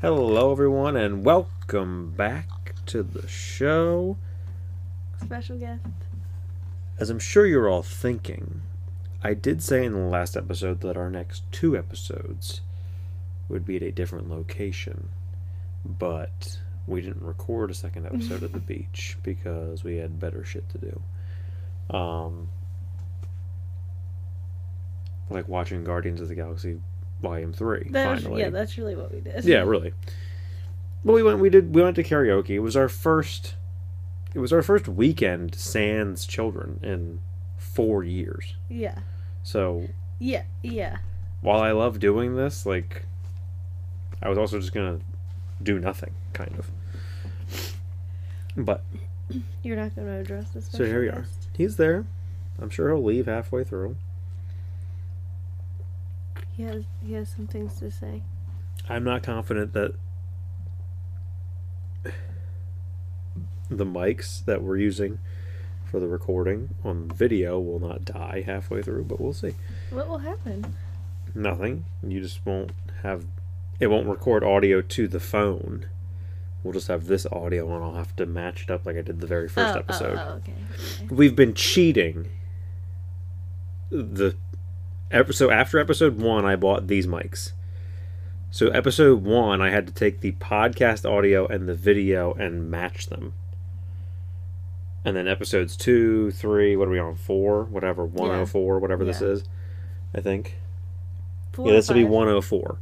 Hello, everyone, and welcome back to the show. Special guest. As I'm sure you're all thinking, I did say in the last episode that our next two episodes would be at a different location, but we didn't record a second episode at the beach because we had better shit to do. Um, like watching Guardians of the Galaxy Volume 3. That was, finally. yeah, that's really what we did. Yeah, really. Well, we went. We did. We went to karaoke. It was our first. It was our first weekend sans children in four years. Yeah. So Yeah. Yeah. while I love doing this, like, I was also just gonna do nothing, kind of. But You're not going to address this. so here we are. He's there. I'm sure he'll leave halfway through. He has he has some things to say. I'm not confident that the mics that we're using for the recording on video will not die halfway through, but we'll see. What will happen? Nothing. You just won't have it won't record audio to the phone. We'll just have this audio and I'll have to match it up like I did the very first Oh, oh, episode. Oh, okay. okay. We've been cheating. The ep- so after episode one, I bought these mics. So episode one, I had to take the podcast audio and the video and match them. And then episodes two, three, what are we on? Four, whatever, one oh four, whatever this Yeah. is, I think. Four yeah, or this will be five. one oh four.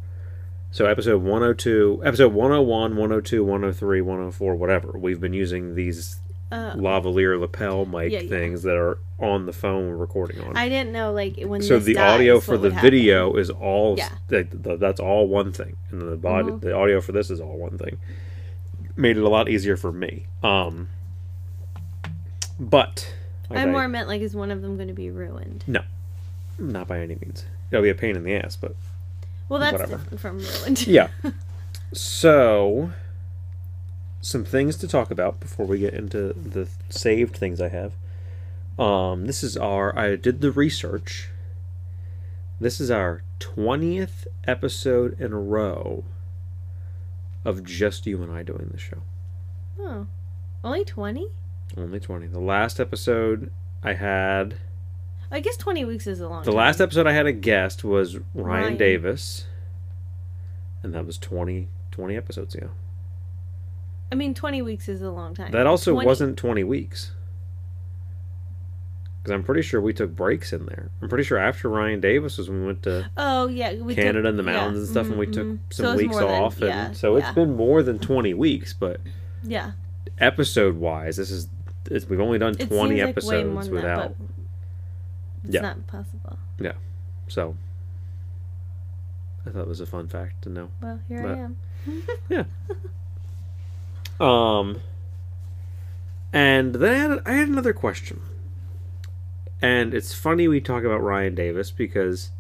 So episode one oh two, episode 101, 102, 103, 104, whatever. We've been using these Oh. lavalier lapel mic Yeah, yeah. things that are on the phone we're recording on. I didn't know like when. so this the dies, audio what for the would happen. video is all Yeah. th- th- that's all one thing, and the body Mhm. the audio for this is all one thing. Made it a lot easier for me. Um, but like I I- more meant like is one of them going to be ruined? not by any means. It'll be a pain in the ass, but Well, that's Whatever. different from ruined. Yeah. So, some things to talk about before we get into the saved things I have. Um, this is our. I did the research. This is our twentieth episode in a row of just you and I doing the show. Oh, only twenty? Only twenty. The last episode I had. I guess twenty weeks is a long. The time. last episode I had a guest was Ryan, Ryan. Davis, and that was 20, 20 episodes ago. I mean, twenty weeks is a long time. That also 20 wasn't 20 weeks. Because I'm pretty sure we took breaks in there. I'm pretty sure after Ryan Davis was when we went to Oh yeah, we took- Canada and the yeah, mountains and stuff, and we mhm, took mhm. So some it was weeks more than- off. yeah, and so it's yeah, been more than 20 weeks, but yeah. episode wise, this is it's, we've only done 20 It seems like way episodes more than without. That, but it's Yeah. not possible. So I thought it was a fun fact to know. Well, here But- I am. Um, and then I had, I had another question. And it's funny we talk about Ryan Davis because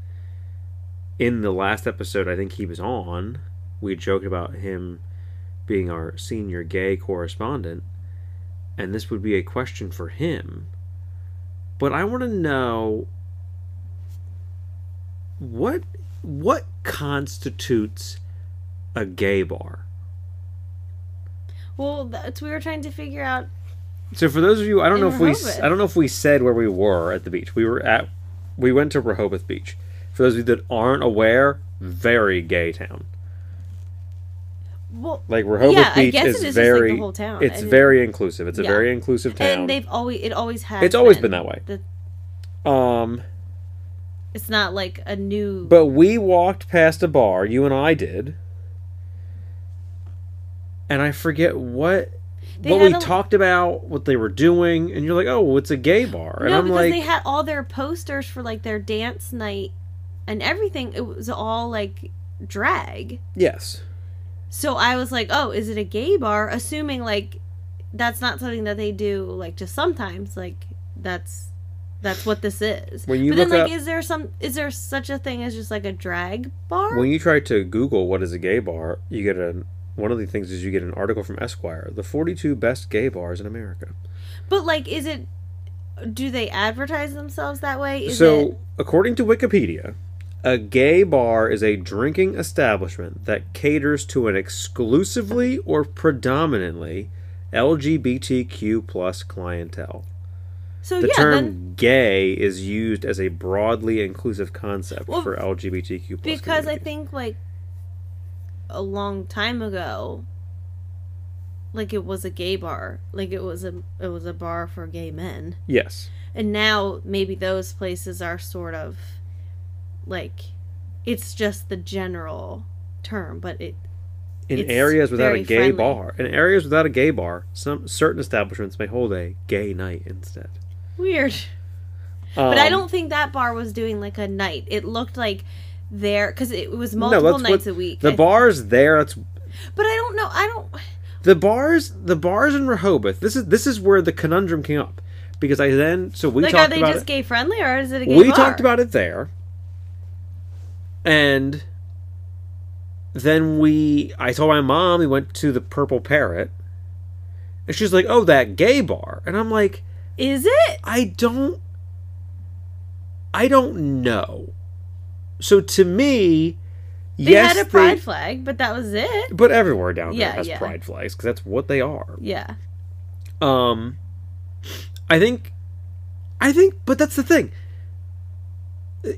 in the last episode I think he was on, we joked about him being our senior gay correspondent. And this would be a question for him. But I want to know what what constitutes a gay bar? Well, that's we were trying to figure out. So for those of you, I don't In know if we, s- Rehoboth. I don't know if we said where we were at the beach. We were at, we went to Rehoboth Beach. For those of you that aren't aware, very gay town. Well, Like Rehoboth yeah, I Beach guess is, it is just very, like the whole town. I it's didn't- very inclusive. It's a Yeah. very inclusive town. and they've always it always has. it's always been that way. The- Um, It's not like a new. but we walked past a bar. You and I did, and I forget what. They what had we a- talked about, what they were doing, and you're like, "Oh, it's a gay bar," and no, I'm because like, they had all their posters for like their dance night and everything. It was all like drag. "Yes, So I was like, oh, is it a gay bar? Assuming like that's not something that they do like just sometimes. Like that's that's what this is. When you but then look like up- is there some is there such a thing as just like a drag bar? When you try to Google what is a gay bar, you get an one of the things is you get an article from Esquire, the 42 best gay bars in America. but like is it do they advertise themselves that way? Is so, it according to Wikipedia, A gay bar is a drinking establishment that caters to an exclusively or predominantly LGBTQ plus clientele. So The Oh, yeah, term then gay is used as a broadly inclusive concept Well, for LGBTQ plus. because I communities. think like a long time ago, like it was a gay bar, like it was a it was a bar for gay men, Yes. and now maybe those places are sort of like it's just the general term, but it In It's areas without a very gay friendly. bar, in areas without a gay bar, some certain establishments may hold a gay night instead. weird. But I Um, don't think that bar was doing like a night. It looked like there because it was no, multiple that's nights what- a week. The I- bars there. That's but I don't know. I don't. the bars. The bars in Rehoboth. This is this is where the conundrum came up because I then so we like, are talked they about just it, gay friendly or is it a gay we bar? talked about it there, and then we I told my mom we went to the Purple Parrot, and she's like, "Oh, that gay bar," and I'm like. Is it? I don't I don't know. So to me, They yes, had a they- pride flag, but that was it. but everywhere down there Yeah, has yeah. pride flags because that's what they are. Yeah. Um, I think, I think, but that's the thing.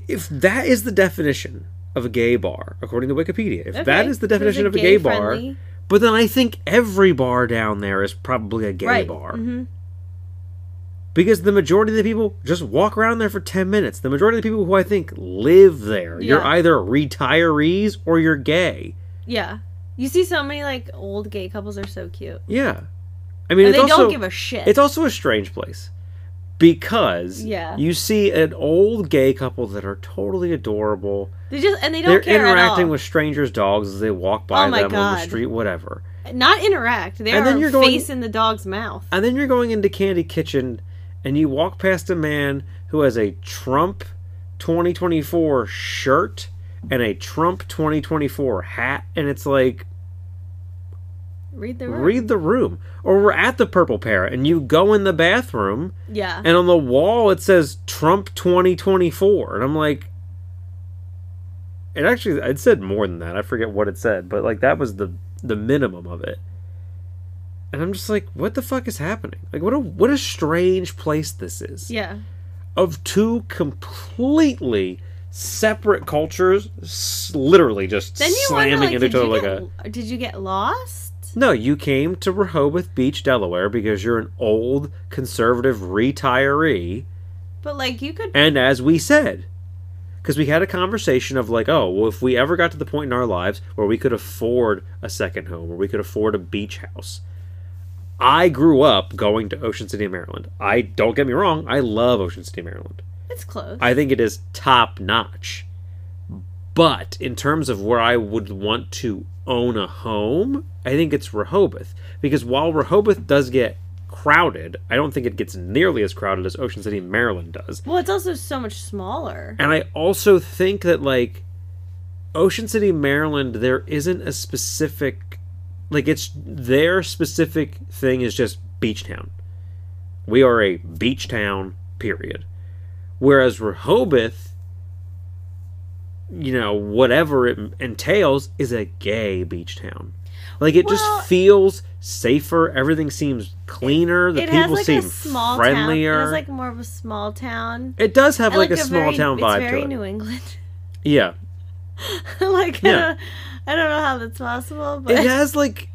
If that is the definition of a gay bar, according to Wikipedia, if that Okay. is the So it's definition of a gay, bar, friendly- but then I think every bar down there is probably a gay right. bar. Mhm. because the majority of the people just walk around there for 10 minutes the majority of the people who i think live there you're Yeah. either retirees or you're gay Yeah. You see so many like old gay couples are so cute. yeah i mean it's and they also, don't give a shit. it's also a strange place because Yeah. you see an old gay couple that are totally adorable they just and they they're don't care interacting at all. with strangers dogs as they walk by Oh my them on the God. street whatever Not interact. They And are then you're going- face in the dog's mouth. and then you're going into candy kitchen and you walk past a man who has a trump 2024 shirt and a trump 2024 hat and it's like Read the room. read the room or we're at the purple parrot and you go in the bathroom yeah. and on the wall it says trump 2024 and i'm like it actually it said more than that i forget what it said but like that was the the minimum of it and i'm just like what the fuck is happening like what a what a strange place this is Yeah. of two completely separate cultures s- literally just Then you slamming wonder, like, into did each other you, like a get, did you get lost? no, you came to Rehoboth Beach, Delaware, because you're an old conservative retiree. But like you could And as we said, because we had a conversation of like, oh, well, if we ever got to the point in our lives where we could afford a second home or we could afford a beach house. I grew up going to Ocean City, Maryland. I don't get me wrong, I love Ocean City, Maryland. it's close. I think it is top notch. But in terms of where I would want to own a home, I think it's Rehoboth. Because while Rehoboth does get crowded, I don't think it gets nearly as crowded as Ocean City, Maryland does. well, it's also so much smaller. And I also think that, like, Ocean City, Maryland, there isn't a specific. Like, it's their specific thing is just beach town. We are a beach town, period. Whereas Rehoboth, you know, whatever it entails, is a gay beach town. Like it Well- just feels safer. Everything seems cleaner. The it people has like seem a small friendlier. town. It has like more of a small town. it does have I like, a, small very- town vibe It's very to it. New England. Yeah, like Yeah. I, don't, I don't know how that's possible, but it has like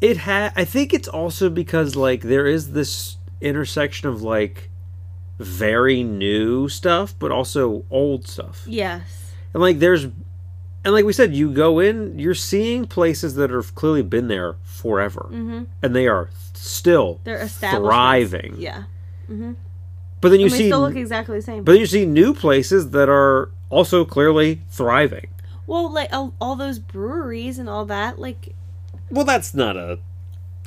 it ha i think it's also because like there is this intersection of like very new stuff but also old stuff yes, and like there's and like we said you go in you're seeing places that have clearly been there forever mm-hmm. and they are still they're established. thriving Yeah, mm-hmm. but then you and they see still look exactly the same. but then you see new places that are also clearly thriving well, like all, all those breweries and all that. Like well that's not a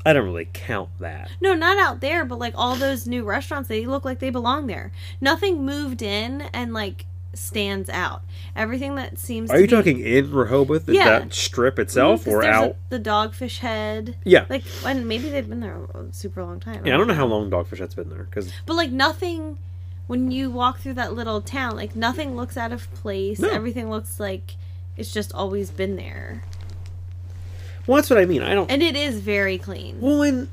i don't really count that no, not out there, but like all those new restaurants, they look like they belong there. Nothing moved in and like stands out. Everything that seems. Are to you be- talking in Rehoboth, Yeah. that strip Mhm, itself, 'cause or there's a- out? the Dogfish Head. Yeah. Like, and maybe they've been there a super long time. yeah, I don't know how long Dogfish Head's been there because But like nothing when you walk through that little town, like nothing looks out of place. No. Everything looks like it's just always been there. Well, that's what I mean. I don't. And it is very clean. Well, and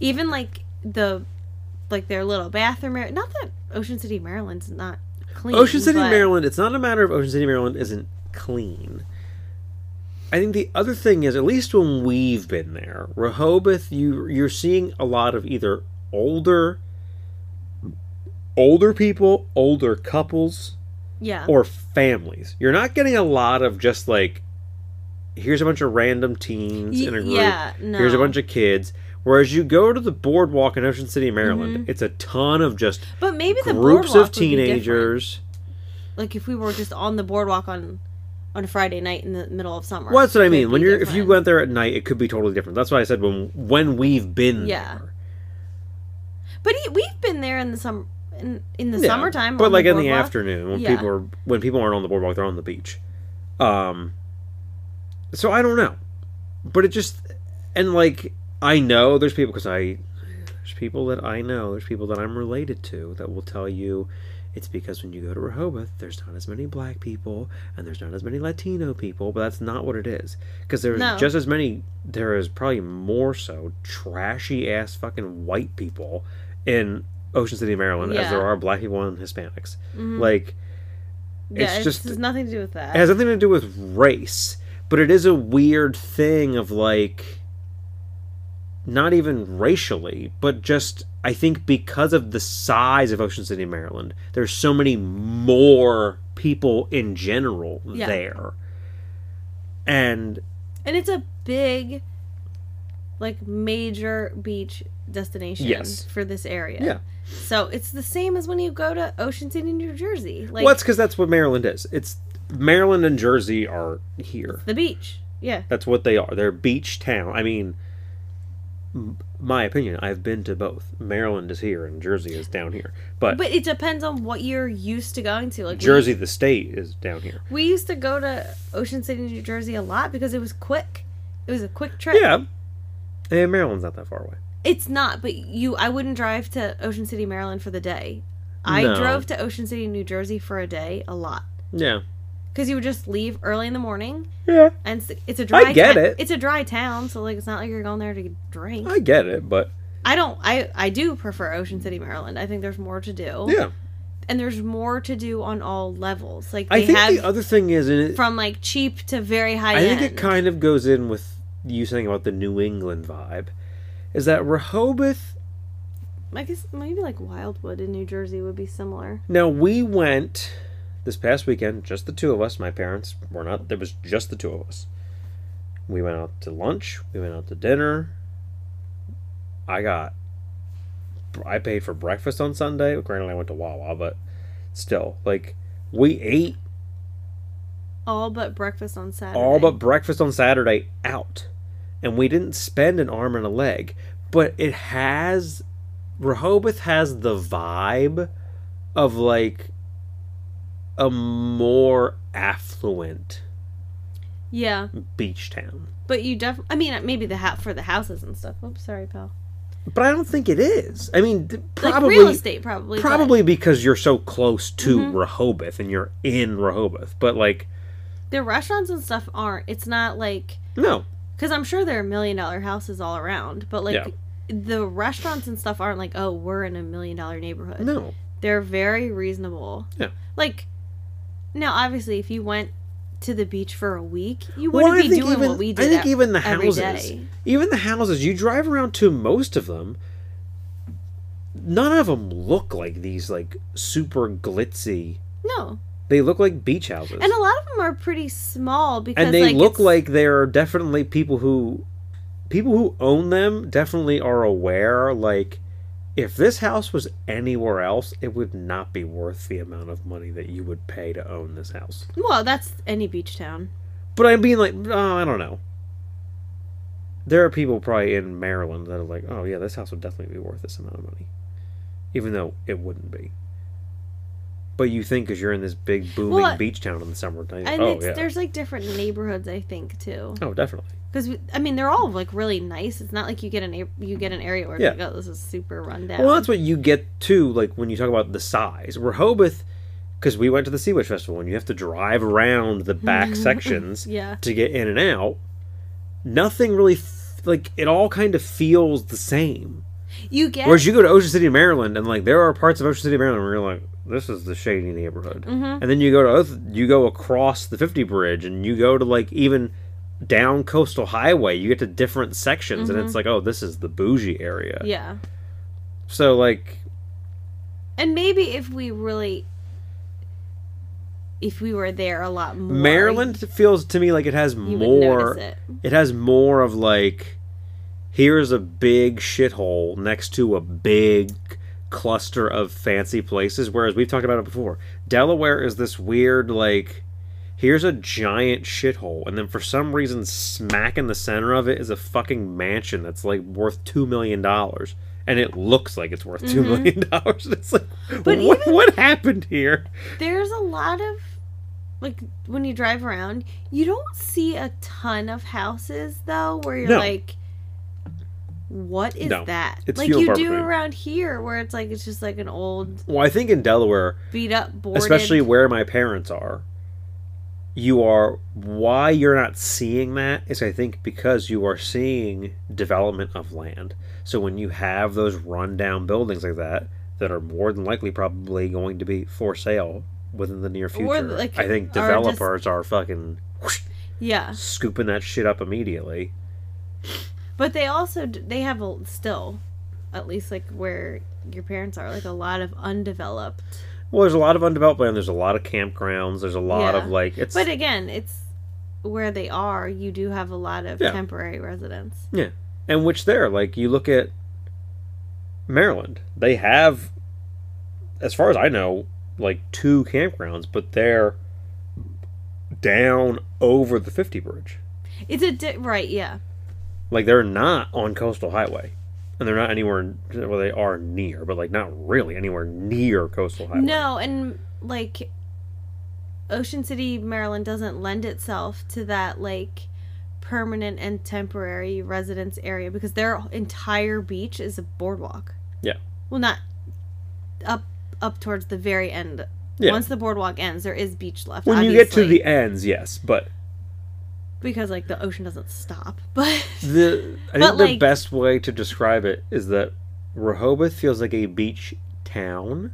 Even like the like their little bathroom area. Not that Ocean City, Maryland's not clean. Ocean City, but- Maryland, it's not a matter of Ocean City, Maryland isn't clean. I think the other thing is, at least when we've been there, Rehoboth, you you're seeing a lot of either older older people, older couples, Yeah. or families. You're not getting a lot of just like here's a bunch of random teens Y- in a group. Yeah, no. Here's a bunch of kids. Whereas you go to the boardwalk in Ocean City, Maryland, it's a ton of just But maybe Mm-hmm. the groups boardwalk of would be different. teenagers. Like if we were just on the boardwalk on on a Friday night in the middle of summer. Well, that's what I it'd mean. be When you're if you different. went there at night, it could be totally different. That's why I said when when we've been Yeah. there. But he, we've been there in the summer in, in the Yeah, summertime. but on like in the boardwalk. afternoon when Yeah. people are when people aren't on the boardwalk, they're on the beach. Um, so I don't know, but it just and like I know there's people because I there's people that I know there's people that I'm related to that will tell you it's because when you go to Rehoboth, there's not as many black people and there's not as many Latino people, but that's not what it is because there's No. just as many. There is probably more so trashy ass fucking white people in Ocean City, Maryland, as Yeah. there are black people and Hispanics. Mhm. Like yeah, it's it's just- just has nothing to do with that. it has nothing to do with race, but it is a weird thing of like not even racially, but just I think because of the size of Ocean City, Maryland, there's so many more people in general Yeah. there. And and it's a big, like major beach destination Yes. for this area. Yeah. So it's the same as when you go to Ocean City, New Jersey. Like well, that's because that's what Maryland is. It's Maryland and Jersey are here. the beach. Yeah. That's what they are. They're beach town. I mean, m- my opinion. I've been to both. Maryland is here and Jersey is down here. But, But it depends on what you're used to going to. Like we- Jersey, the state, is down here. we used to go to Ocean City, New Jersey a lot because it was quick. It was a quick trip. Yeah, and Maryland's not that far away. It's not, but you I wouldn't drive to Ocean City, Maryland for the day. I No. drove to Ocean City, New Jersey for a day a lot Yeah, cuz you would just leave early in the morning yeah, and it's, it's a dry get ta- it. It's a dry town, so like it's not like you're going there to drink. I get it, but I don't I I do prefer Ocean City, Maryland. I think there's more to do. yeah, And there's more to do on all levels. Like I they think have the other thing is, and it, from like cheap to very high I end. think it kind of goes in with you saying about the New England vibe, is that Rehoboth. I guess maybe like Wildwood in New Jersey would be similar. Now we went this past weekend, just the two of us. My parents were not. There was just the two of us. We went out to lunch. We went out to dinner. I got. I paid for breakfast on Sunday. Granted, I went to Wawa, but still, like we ate All but breakfast on Saturday. all but breakfast on Saturday out, and we didn't spend an arm and a leg. But it has Rehoboth has the vibe of like a more affluent yeah. beach town, But you definitely, I mean, maybe the hat for the houses and stuff. Oops, sorry, pal. but I don't think it is. I mean, th- like probably real estate, probably. but- Mm-hmm. probably because you're so close to Rehoboth and you're in Rehoboth, but like their restaurants and stuff aren't. It's not like no, because I'm sure there are million dollar houses all around, but like Yeah. the restaurants and stuff aren't like oh we're in a million dollar neighborhood. no, They're very reasonable. Yeah. Like now, obviously, if you went to the beach for a week, you Well, wouldn't I be think doing even- what we I did. think e- even the every houses, day. even the houses you drive around to, most of them, none of them look like these like super glitzy. No, They look like beach houses, and a lot of them are pretty small because And they like, look it's- like they're definitely people who people who own them definitely are aware like if this house was anywhere else it would not be worth the amount of money that you would pay to own this house well, that's any beach town. But I'm being like, oh, I don't know. There are people probably in Maryland that are like, oh yeah, this house would definitely be worth this amount of money, even though it wouldn't be. But you think because you're in this big booming Well, beach town in the summertime. And oh it's, yeah. there's like different neighborhoods, I think, too. Oh, definitely. Because I mean, they're all like really nice. It's not like you get an a- you get an area where Yeah. you go, this is super rundown. Well, that's what you get to like when you talk about the size. Where Hobith, because we went to the Sea Witch Festival, and you have to drive around the back sections yeah, to get in and out. Nothing really, f- like it all kind of feels the same. you get Whereas you go to Ocean City, Maryland, and like there are parts of Ocean City, Maryland, where you're like, this is the shady neighborhood. Mm-hmm. And then you go to Oth- you go across the 50 bridge, and you go to like even down coastal highway. You get to different sections, and it's like, oh, this is the bougie area. Mm-hmm. yeah. So like, And maybe if we really, if we were there a lot more, Maryland feels to me like it has you would more. notice It. it. has more of like, here's a big shithole next to a big cluster of fancy places. Whereas we've talked about it before. Delaware is this weird like, here's a giant shithole, and then for some reason, smack in the center of it is a fucking mansion that's like worth two million dollars. And it looks like it's worth two million dollars. It's like, But what, what happened here? There's a lot of like when you drive around, you don't see a ton of houses though, where you're No. like, what is No. that? It's like few and you far do between. around here, where it's like it's just like an old Well, I think in Delaware, beat up boarded. especially where my parents are you are why you're not seeing that is i think because you are seeing development of land so when you have those rundown buildings like that that are more than likely probably going to be for sale within the near future like, i think are just- developers are fucking whoosh, yeah, scooping that shit up immediately but they also d- they have a, still, at least like where your parents are, like a lot of undeveloped. well there's a lot of undeveloped land there's a lot of campgrounds there's a lot Yeah. of like it's But again, it's where they are. You do have a lot of Yeah. temporary residents. and which there like you look at maryland they have as far as i know like two campgrounds but they're down over the 50 bridge It's a di- right, yeah, like they're not on coastal highway and they're not anywhere well they are near but like not really anywhere near coastal highway no, and like Ocean City, Maryland doesn't lend itself to that like permanent and temporary residence area because their entire beach is a boardwalk. Yeah. Well, not up up towards the very end. Yeah. Once the boardwalk ends, there is beach left. when you get to obviously, the ends yes but because like the ocean doesn't stop, but the i But, think the like- best way to describe it is that rehoboth feels like a beach town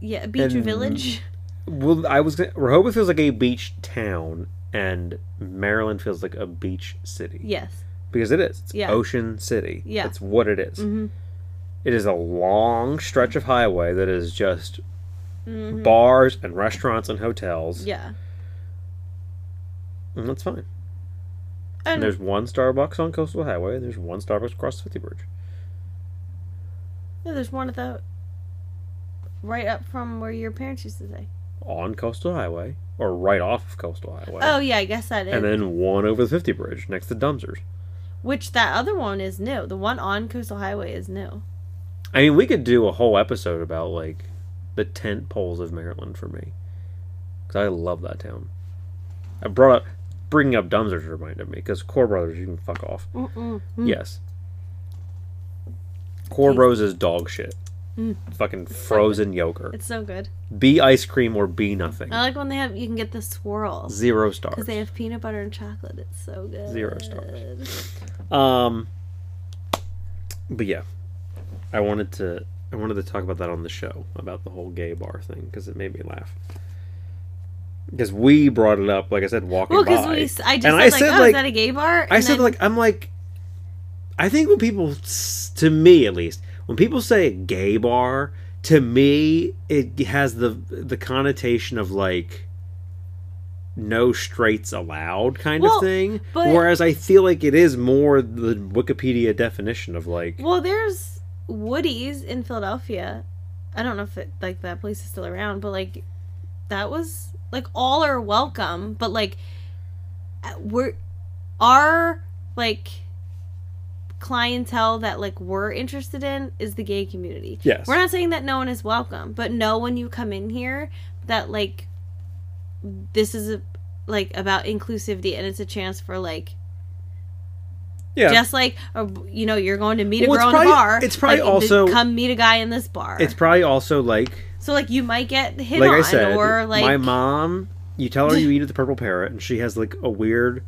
yeah, beach And- village. Well, I was gonna, Rehoboth feels like a beach town, and Maryland feels like a beach city Yes. because it is. It's Yeah. Ocean City. Yeah. that's what it is. Mm-hmm. It is a long stretch of highway that is just bars and restaurants and hotels, Mm-hmm. Yeah. and that's fine. And And there's one Starbucks on Coastal Highway, and there's one Starbucks across the Fifty Bridge. no, there's one at the right up from where your parents used to stay. On Coastal Highway, or right off of Coastal Highway, Oh yeah, I guess that is. and then one over the Fifty Bridge next to Dumpsters. Which that other one is new. The one on Coastal Highway is new. I mean, we could do a whole episode about like the tent poles of Maryland for me, because I love that town. I brought up bringing up Dumpsters reminded me because Core Brothers, you can fuck off. Mm-mm. Yes, Core Bros is dog shit. Fucking frozen yogurt. It's so good. Be ice cream or be nothing. I like when they have you can get the swirl Zero stars. because Uh, they have peanut butter and chocolate. It's so good. Zero stars. Um, but yeah, I wanted to I wanted to talk about that on the show about the whole gay bar thing because it made me laugh. Because we brought it up, like I said, walking Well, because by, we, s- I just and said, I like, said oh, like is that a gay bar? I And said then- like I'm like, I think when people s- to me at least when people say gay bar to me it has the the connotation of like no straights allowed kind Well, of thing but- whereas i feel like it is more the wikipedia definition of like Well, there's Woody's in Philadelphia. I don't know if it, like that place is still around, but like that was like all are welcome, but like uh, we're our like clientele that like we're interested in is the gay community. Yes. We're not saying that no one is welcome, but know when you come in here that like this is a, like about inclusivity and it's a chance for like yeah. just like a, you know you're going to meet a Well, it's girl probably- in a bar. it's probably like, also- to come meet a guy in this bar. it's probably also like so like you might get hit like on I said, or like my mom. You tell her you eat at the Purple Parrot, and she has like a weird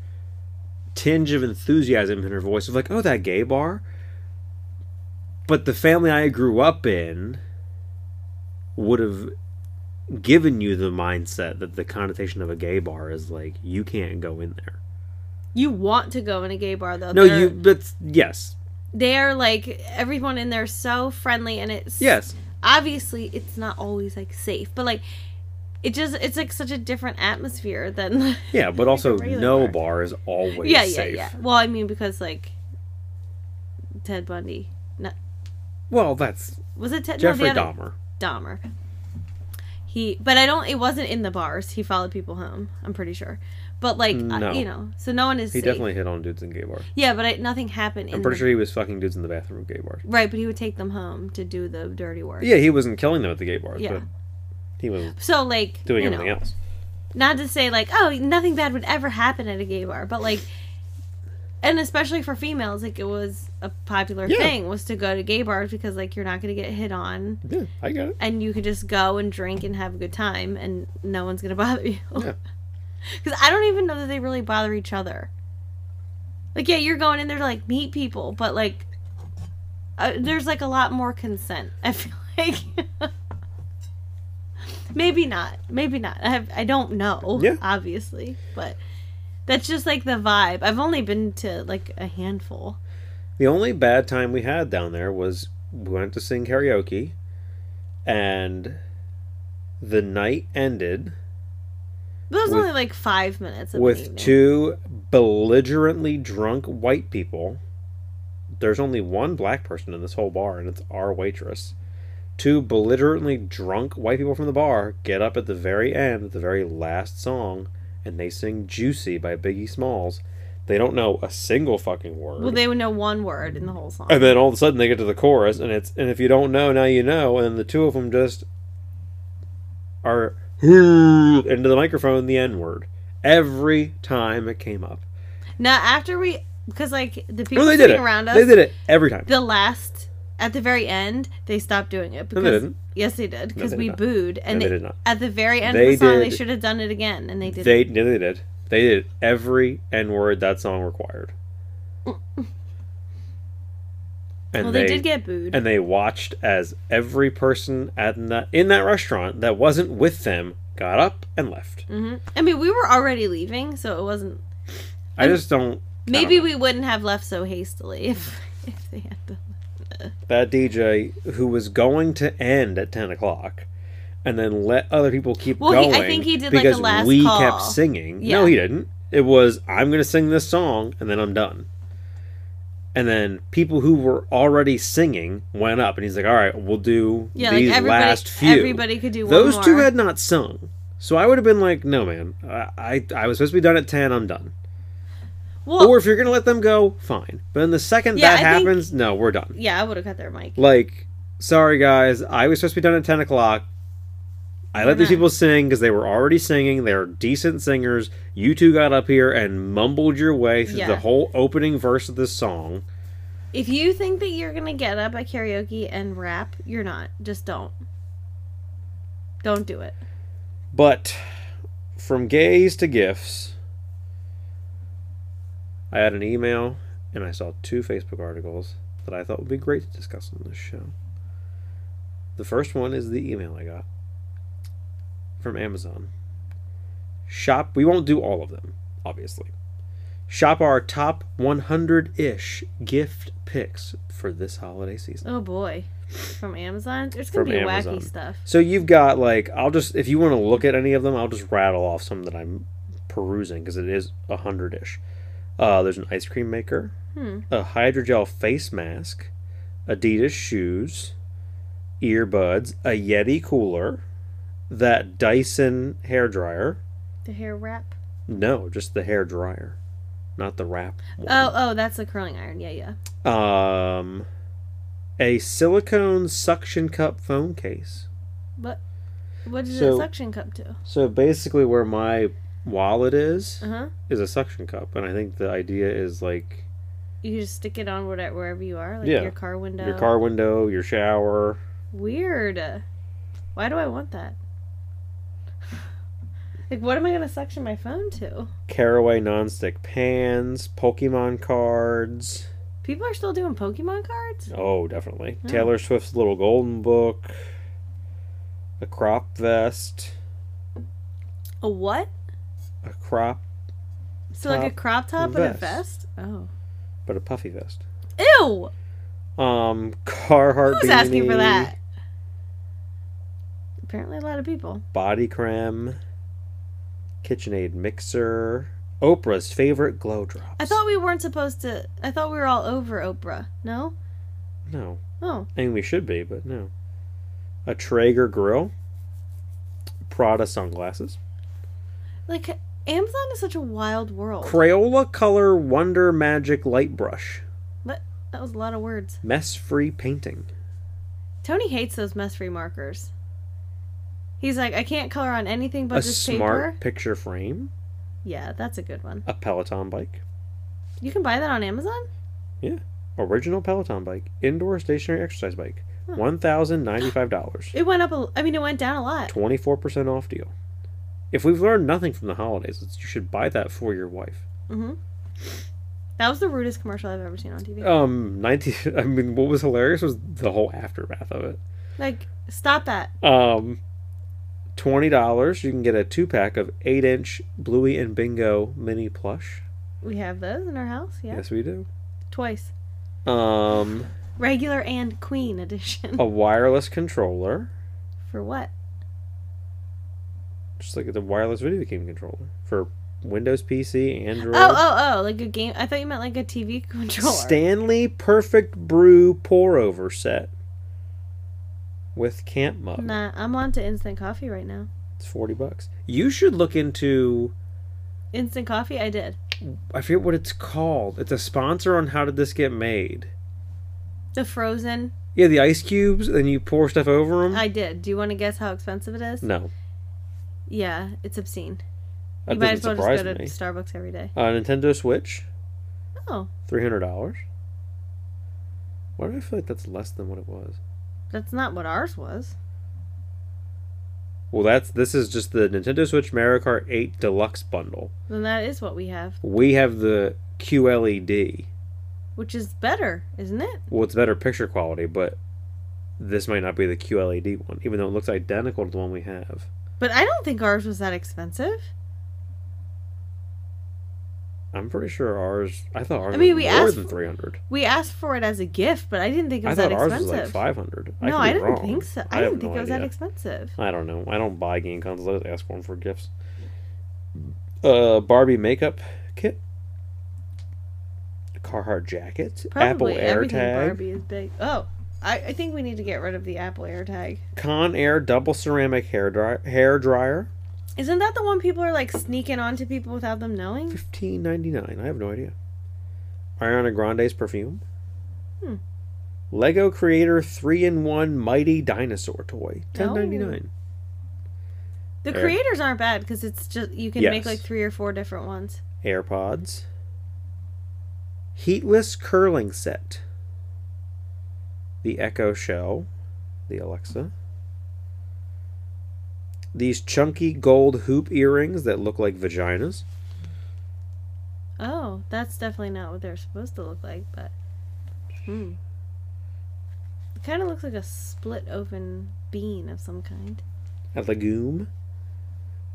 tinge of enthusiasm in her voice of like, "Oh, that gay bar." But the family I grew up in would have given you the mindset that the connotation of a gay bar is like you can't go in there. you want to go in a gay bar though. No, They're- you. But yes, they are like everyone in there is so friendly and it's yes. obviously it's not always like safe but like it just it's like such a different atmosphere than Yeah, but also regular no bar. bar. is always yeah safe. yeah yeah well i mean because like ted bundy no, Well, that's was it ted no, Jeffrey the other- Dahmer. dahmer he but i don't it wasn't in the bars he followed people home i'm pretty sure but like I- No. you know so no one is He safe. definitely hit on dudes in gay bars. yeah but I, nothing happened in I'm pretty the- sure he was fucking dudes in the bathroom at gay bars. right but he would take them home to do the dirty work Yeah, he wasn't killing them at the gay bars, Yeah. but he was so like doing you everything know, else. not to say like oh nothing bad would ever happen at a gay bar but like and especially for females like it was a popular Yeah. thing was to go to gay bars because like you're not going to get hit on Yeah, I got it. and you can just go and drink and have a good time and no one's going to bother you Yeah. because i don't even know that they really bother each other like yeah you're going in there to like meet people but like uh, there's like a lot more consent i feel like maybe not maybe not i have i don't know Yeah. obviously but that's just like the vibe i've only been to like a handful The only bad time we had down there was we went to sing karaoke, and the night ended but it was With- only like five minutes of an with evening. two belligerently drunk white people. There's only one black person in this whole bar, and it's our waitress. Two belligerently drunk white people from the bar get up at the very end, at the very last song, and they sing Juicy by Biggie Smalls. They don't know a single fucking word. well they would know one word in the whole song and then all of a sudden they get to the chorus, and it's, and if you don't know, now you know. And the two of them just are into the microphone the N word every time it came up. Now, after we, because like the No, people they did sitting it. around us, They did it every time. the last at the very end, they stopped doing it No, because they didn't. yes, they did because they we did not. booed No, and they it- did not. at the very end They of the song they did. should have done it again and they did. They no, they did. They did every N word that song required. And well, they, they, did get booed. and they watched as every person at in that in that restaurant that wasn't with them got up and left. hmm I mean, we were already leaving, so it wasn't. I just don't. Maybe know. we wouldn't have left so hastily if if they had been. That DJ who was going to end at ten o'clock, and then let other people keep Well, he- I going. think he did, like, a because last we call. kept singing. No, Yeah. he didn't. It was I'm going to sing this song and then I'm done. And then people who were already singing went up, and he's like, "All right, we'll do Yeah, these like everybody, last few." everybody could do one Those more. two had not sung, so I would have been like, "No, man, I, I I was supposed to be done at ten. I'm done." Well, or if you're going to let them go, fine. But in the second Yeah, that I think- happens, no, we're done yeah, I would have cut their mic. like sorry guys i was supposed to be done at 10 o'clock i let these not. people sing because they were already singing they're decent singers you two got up here and mumbled your way through Yeah. the whole opening verse of this song If you think that you're gonna get up at karaoke and rap, you're not. Just don't. Don't do it. but from gays to gifts i had an email and i saw two facebook articles that i thought would be great to discuss on this show the first one is the email i got from amazon shop we won't do all of them obviously shop our top 100-ish gift picks for this holiday season Oh boy, from Amazon, there's gonna From be Amazon. wacky stuff. so you've got like I'll just if you want to look at any of them, I'll just rattle off some that I'm perusing because it is a hundred ish. Uh, there's an ice cream maker, Hmm. a hydrogel face mask, Adidas shoes, earbuds, a Yeti cooler, that Dyson hair dryer. The hair wrap. No, just the hair dryer. not the wrap. Oh, oh, that's the curling iron. Yeah, yeah. Oh. Um, a silicone suction cup phone case. But what does So- a suction cup do? So basically, where my wallet is Uh huh. is a suction cup, and I think the idea is like You just stick it on whatever, wherever you are, like Yeah. your car window. your car window, your shower. Weird. Why do I want that? Like, what am I gonna suction my phone to? Caraway nonstick pans, Pokemon cards. People are still doing Pokemon cards. Oh, definitely. Oh. Taylor Swift's Little Golden Book. A crop vest. A what? A crop, So like a crop top and a vest. vest? Oh. but a puffy vest. Ew! Um, Carhartt Who's asking for beanie, that? Apparently, a lot of people. Body creme. KitchenAid mixer. Oprah's favorite glow drops. I thought we weren't supposed to. I thought we were all over Oprah. No. No. Oh. I mean, we should be, but no. A Traeger grill. Prada sunglasses. Like Amazon is such a wild world. Crayola Color Wonder Magic Light Brush. that was a lot of words. Mess free painting. Tony hates those mess free markers. He's like, I can't color on anything but a this smart paper. picture frame. Yeah, that's a good one. A Peloton bike. You can buy that on Amazon? Original Peloton bike. Indoor stationary exercise bike. Huh. $1,095. It went up a I mean it went down a lot. 24% off deal. If we've learned nothing from the holidays, it's, you should buy that for your wife. Mhm. That was the rudest commercial I've ever seen on TV. Um, 19. I mean, what was hilarious was the whole aftermath of it. Like, stop that. Um, twenty dollars, you can get a two pack of eight inch Bluey and Bingo mini plush. We have those in our house, yeah. Yes, we do. Twice. Um, Regular and queen edition. a wireless controller, For what? just like the wireless video game controller for Windows PC, Android. Oh, oh, oh, like a game I thought you meant like a TV controller. Stanley Perfect Brew pour over set with camp mug. nah, I'm on to instant coffee right now. It's forty bucks. You should look into. Instant coffee? I did. I forget what it's called. It's a sponsor on how did this get made. The frozen? Yeah, the ice cubes, and you pour stuff over them. I did. Do you want to guess how expensive it is? Hmm? No, Yeah, it's obscene. that you might doesn't as well just surprise go to me. Starbucks every day. A Nintendo Switch, Oh, three hundred dollars. Why do I feel like that's less than what it was? that's not what ours was. Well, that's this is just the Nintendo Switch Mario Kart 8 Deluxe bundle. Then that is what we have, We have the QLED. which is better, isn't it? Well, it's better picture quality, but this might not be the QLED one, even though it looks identical to the one we have. But I don't think ours was that expensive. I'm pretty sure ours. I thought ours I mean, was we more asked than three hundred. We asked for it as a gift, but I didn't think it I was thought that ours was expensive. like five hundred. no, I didn't think so. I, didn't think it was that expensive. expensive. I don't know. I don't buy game consoles. I just ask for them for gifts. Uh, Barbie makeup kit, Carhartt jacket, Probably Apple AirTag, everything Barbie is big. Oh, I, I think we need to get rid of the Apple AirTag. Conair double ceramic hair dryer, hair dryer, Isn't that the one people are like sneaking onto people without them knowing? fifteen ninety nine. I have no idea. Ariana Grande's perfume. Hmm. Lego Creator three in one mighty dinosaur toy, Oh. ten ninety nine. The Air- creators aren't bad because it's just you can Yes. make like three or four different ones. AirPods. Heatless curling set. The Echo Shell. The Alexa. These chunky gold hoop earrings that look like vaginas. Oh, that's definitely not what they're supposed to look like, but hmm. It kind of looks like a split open bean of some kind. A legume.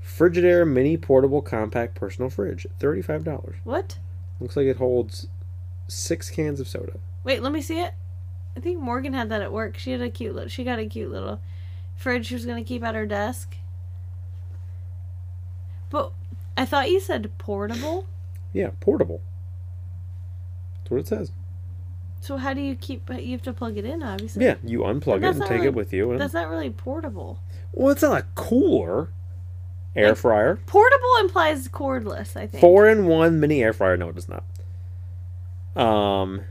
Frigidaire mini portable compact personal fridge. $35. What? Looks like it holds six cans of soda. Wait, let me see it. I think Morgan had that at work. She had a cute little. She got a cute little fridge she was gonna keep at her desk. But I thought you said portable. Yeah, portable. That's what it says. So how do you keep? You have to plug it in, obviously. Yeah, you unplug it that's and not take really- it with you. And That's not really portable. Well, it's not a cooler. air fryer. Portable implies cordless, I think. Four in one mini air fryer. No, it does not. Um,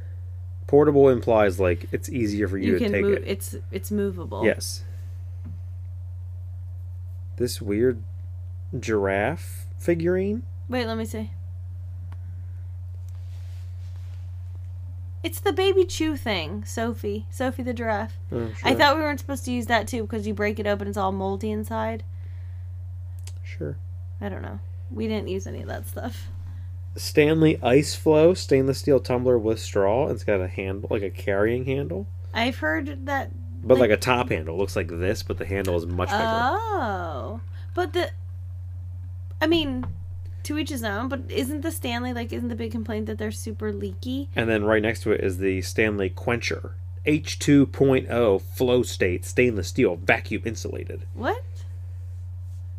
portable implies like it's easier for you, you to can take move it. it's it's movable. Yes. This weird giraffe figurine. Wait, let me see. It's the baby chew thing, Sophie. Sophie the giraffe. Oh, I sure, thought we weren't supposed to use that too because you break it open, it's all moldy inside. Sure. I don't know. We didn't use any of that stuff. Stanley Ice Flow stainless steel tumbler with straw. It's got a handle, like a carrying handle, I've heard that. but like, a top handle. Looks like this, but the handle is much bigger. Oh, but the. I mean, to each his own. But isn't the Stanley like? Isn't the big complaint that they're super leaky? And then right next to it is the Stanley Quencher H2.0 flow state stainless steel vacuum insulated. What?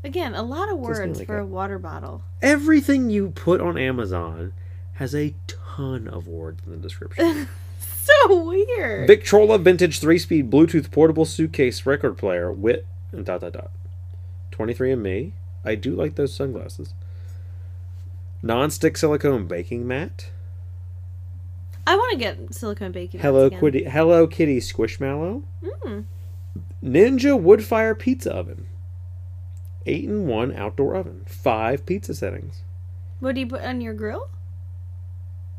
Again, a lot of Doesn't words like for it. a water bottle. Everything you put on Amazon has a ton of words in the description. So weird. Victrola vintage three speed Bluetooth portable suitcase record player with and dot dot dot. 23andMe. I do like those sunglasses. Non-stick silicone baking mat. I want to get silicone baking. Hmm. Hello Quid. Kitty. Hello Kitty Squishmallow. Ninja Woodfire Pizza Oven. Eight in one outdoor oven. Five pizza settings. What do you put on your grill?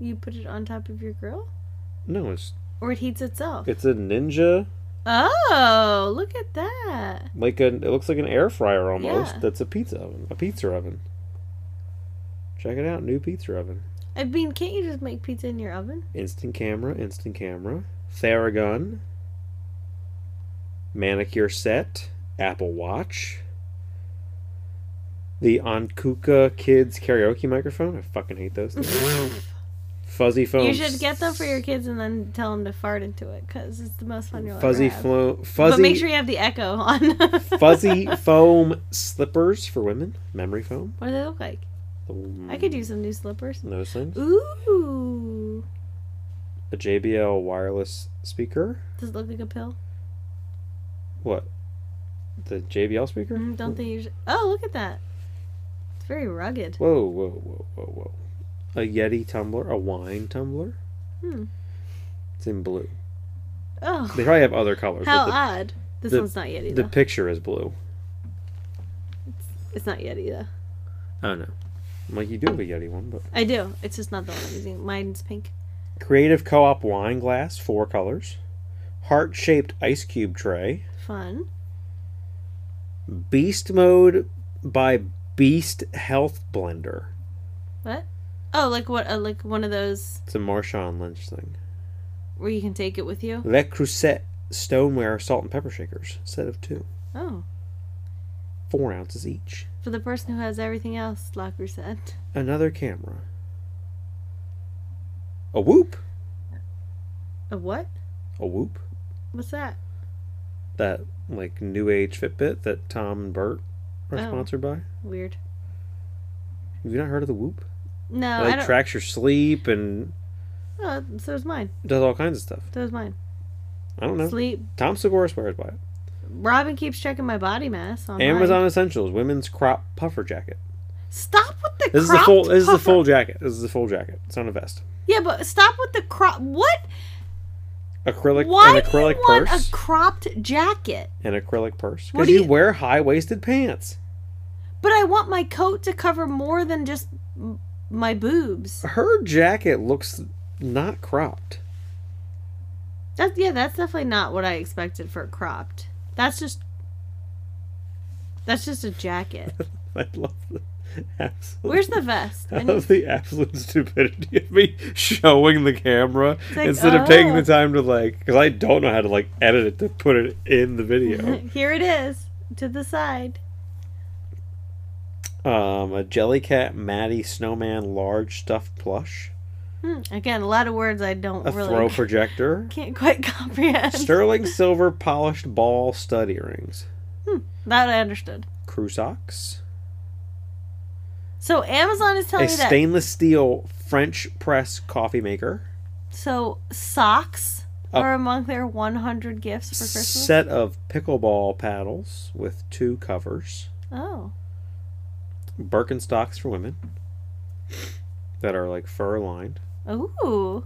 You put it on top of your grill, No, it's or it heats itself. it's a ninja oh, look at that! like a it looks like an air fryer almost. Yeah. That's a pizza oven. A pizza oven. Check it out, new pizza oven. I mean, can't you just make pizza in your oven? Instant camera, instant camera. Theragun. Manicure set. Apple Watch. The Ankuka Kids karaoke microphone. I fucking hate those things. Fuzzy phone. You should get them for your kids and then tell them to fart into it because it's the most fun you'll fuzzy ever have. flo- But fuzzy make sure you have the echo on. fuzzy foam slippers for women. Memory foam. what do they look like? I could use some new slippers. those things. Ooh, A JBL wireless speaker. does it look like a pill? What? The JBL speaker? Mm, Don't they usually? Oh, look at that! It's very rugged. Whoa, whoa, whoa, whoa, whoa. A Yeti tumbler, a wine tumbler. Hmm. It's in blue. Oh, They probably have other colors, how but odd! This the- one's not Yeti the, though. the picture is blue. It's not Yeti though. Oh no. I'm like you do have a Yeti one, but I do. It's just not the one I'm using. Mine's pink. Creative Co-op wine glass, four colors. Heart-shaped ice cube tray. Fun. Beast mode by Beast Health Blender. What? Oh, like what? Uh, like one of those It's a Marshawn Lynch thing. where you can take it with you. Le Creuset stoneware salt and pepper shakers, set of two, Oh, four ounces each. for the person who has everything else, Locker said. Another camera. A whoop. A what? A whoop. What's that? that like new age Fitbit that Tom and Bert are Oh. sponsored by. Have Weird. you not heard of the Whoop? It, No, Oh, I like don't. tracks your sleep and Oh, so is mine. does all kinds of stuff. So is mine. I don't know. Sleep. Tom Segura swears by it. Robin keeps checking my body mass on Amazon Essentials women's crop puffer jacket. Stop with the. This is the cropped full. This is the puffer- full jacket. This is the full jacket. It's not a vest. Yeah, but stop with the crop. What? Acrylic. Why an do you acrylic want purse. a cropped jacket? an acrylic purse. What Because do you, you- wear high waisted pants. But I want my coat to cover more than just m- my boobs. Her jacket looks not cropped. That's yeah, that's definitely not what I expected for cropped. That's just that's just a jacket. I love the absolute Where's the vest? I I love need- the absolute stupidity of me showing the camera like, instead of taking the oh. time to like, because I don't know how to like edit it to put it in the video. Here it is to the side. um, a Jellycat Maddie Snowman large stuffed plush, Hmm. Again, a lot of words I don't a really throw projector, can't quite comprehend. sterling silver polished ball stud earrings, That I understood. crew socks, So Amazon is telling a me that. stainless steel French press coffee maker, So socks Up. are among their 100 gifts for Christmas. set of pickleball paddles with two covers, Oh, Birkenstocks for women that are like fur lined. Ooh.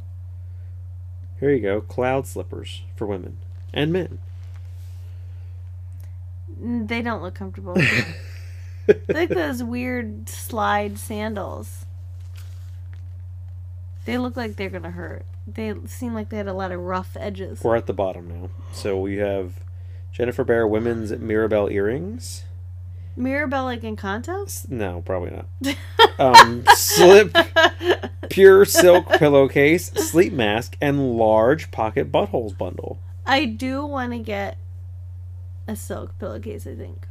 Here you go, cloud slippers for women and men. Mm, They don't look comfortable. They're like those weird slide sandals. They look like they're gonna hurt. They seem like they had a lot of rough edges. We're at the bottom now. So we have Jennifer Bear women's Mirabelle earrings. Mirabelle like Encanto? S- No, probably not. Um, slip pure silk pillowcase, sleep mask, and large pocket buttholes bundle. I do want to get a silk pillowcase, I think.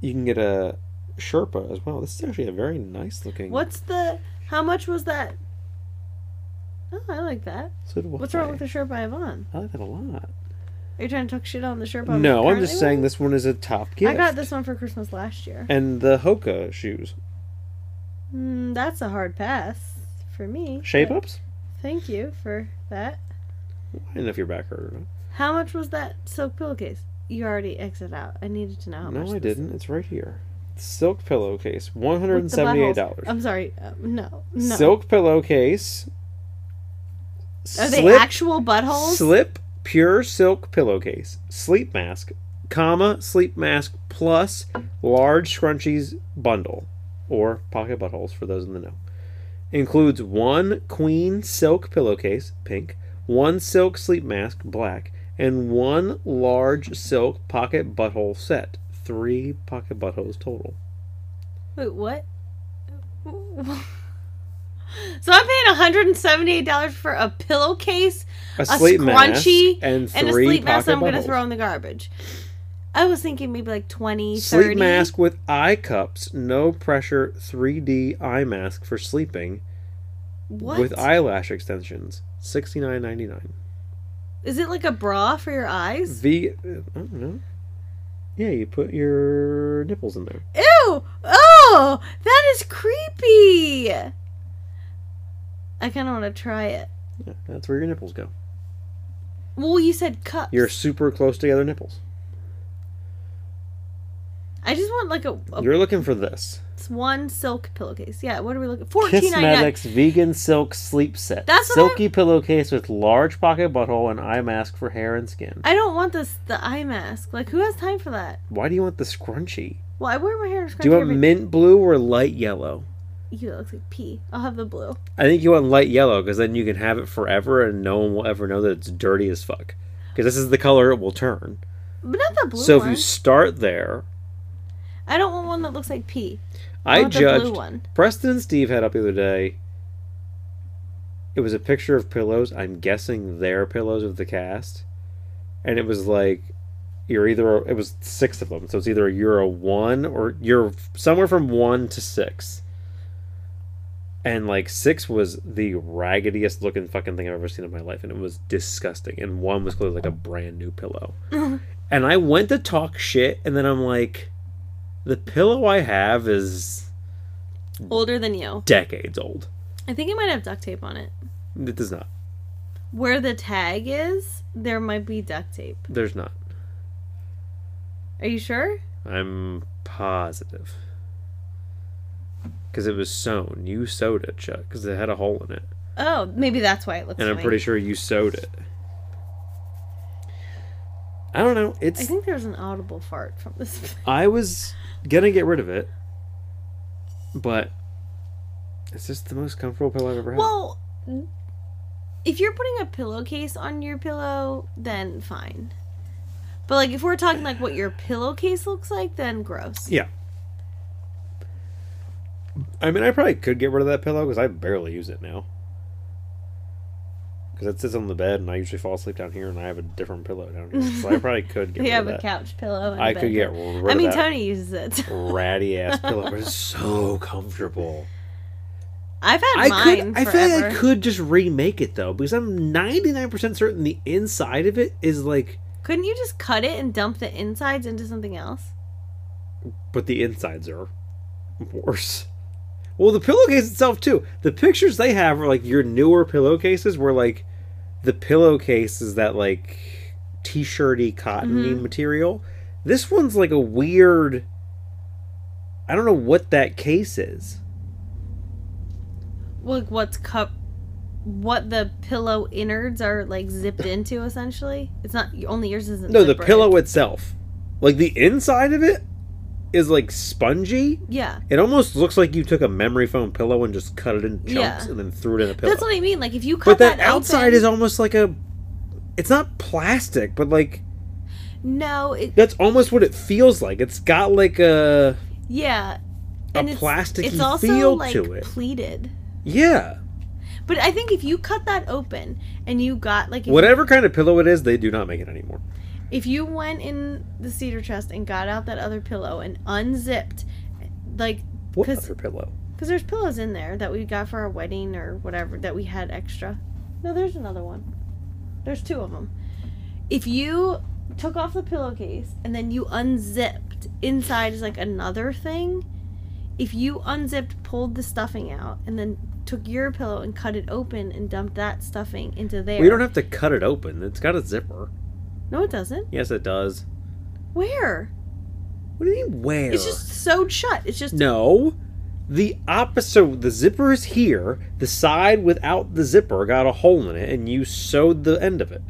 You can get a Sherpa as well. This is actually a very nice looking. What's the. How much was that? Oh, I like that. So do What's I. wrong with the Sherpa I have on? I like that a lot. Are you trying to talk shit on the Sherpa? no, I'm just currently saying wearing? this one is a top gift. I got this one for Christmas last year. And the Hoka shoes. Mm, that's a hard pass for me. Shape but ups? Thank you for that. I don't know if your back hurt or How much was that silk pillowcase? You already exited out. I needed to know how not. much. No, I this- didn't. It's right here. Silk pillowcase, with the buttholes. $178. I'm sorry. Uh, no. No. Silk pillowcase. Are they slip- actual buttholes? Slip pure silk pillowcase, sleep mask, comma sleep mask plus large scrunchies bundle or pocket buttholes for those in the know. Includes one queen silk pillowcase, pink, one silk sleep mask, black, and one large silk pocket butthole set. Three pocket buttholes total. Wait, what? So I'm paying 178 dollars for a pillowcase, A, scrunchie, and and a three sleep mask pocket that I'm going to buttholes. throw in the garbage. I was thinking maybe like 20, 30. Sleep mask with eye cups, no pressure 3D eye mask for sleeping What? with eyelash extensions. Sixty nine ninety nine. Is it like a bra for your eyes? V. uh, I don't know. Yeah, you put your nipples in there. Ew! Oh, that is creepy. I kind of want to try it. Yeah, that's where your nipples go. Well, you said cups. Your super close together nipples. I just want like a, a You're looking for this. one silk pillowcase. Yeah. What are we looking? Kiss Fourteen ninety nine. Medic's vegan silk sleep set. That's what I- Silky pillowcase with large pocket butthole and eye mask for hair and skin. I don't want this the eye mask. Like, who has time for that? Why do you want the scrunchie? Well, I wear my hair in a scrunchie. Do you want every- mint blue or light yellow? Ew, it looks like pee. I'll have the blue. I think you want light yellow because then you can have it forever and no one will ever know that it's dirty as fuck. Because this is the color it will turn. But not the blue so one. if you start there, I don't want one that looks like pee. I want the judged blue one. Preston and Steve had up the other day. It was a picture of pillows. I'm guessing their pillows of the cast, and it was like you're either it was six of them, so it's either you're a one or you're somewhere from one to six. And like six was the raggediest looking fucking thing I've ever seen in my life, and it was disgusting. And one was clearly like a brand new pillow. and I went to talk shit, and then I'm like, the pillow I have is Older than you. decades old. I think it might have duct tape on it. It does not. Where the tag is, there might be duct tape. There's not. Are you sure? I'm positive. Because it was sewn. You sewed it, Chuck, because it had a hole in it. Oh, maybe that's why it looks. And I'm funny. pretty sure you sewed it. I don't know. I It's. think there's an audible fart from this. I was gonna get rid of it, but it's just the most comfortable pillow I've ever had. Well, if you're putting a pillowcase on your pillow, then fine. But like if we're talking like what your pillowcase looks like, then gross. yeah. I mean, I probably could get rid of that pillow because I barely use it now. Because it sits on the bed, and I usually fall asleep down here, and I have a different pillow down here, so I probably could get You rid of have a that. couch pillow. And a I bed could get pillow. rid I of mean, that Tony uses it. ratty ass pillow, but it's so comfortable. I've had I mine could. I feel like I forever. could just remake it though, because I'm 99% certain the inside of it is like, Couldn't you just cut it and dump the insides into something else? but the insides are worse. Well, the pillowcase itself too. The pictures they have are like your newer pillowcases, where like the pillowcase is that like Mm-hmm. t-shirty cottony material. This one's like a weird. I don't know what that case is. Like what's cup, what the pillow innards are like zipped into essentially. It's not only yours isn't. No, the zippered. pillow itself, like the inside of it, is like spongy. Yeah, It almost looks like you took a memory foam pillow and just cut it in chunks Yeah. and then threw it in a pillow. that's what I mean. Like if you but cut that, outside open, is almost like a. It's not plastic, but like no, it, that's almost what it feels like. It's got like a yeah, a And it's- plasticky it's also feel like to it. pleated. Yeah, But I think if you cut that open and you got like if you- whatever kind of pillow it is, they do not make it anymore. If you went in the cedar chest and got out that other pillow and unzipped, like, What 'Cause- other pillow? because there's pillows in there that we got for our wedding or whatever that we had extra. No, there's another one. There's two of them. If you took off the pillowcase and then you unzipped, inside is like another thing. If you unzipped, pulled the stuffing out, and then took your pillow and cut it open and dumped that stuffing into there. We don't have to cut it open. It's got a zipper. No, it doesn't. Yes, it does. Where? What do you mean where? It's just sewed shut. It's just no. The opposite. So the zipper is here. The side without the zipper got a hole in it, and you sewed the end of it.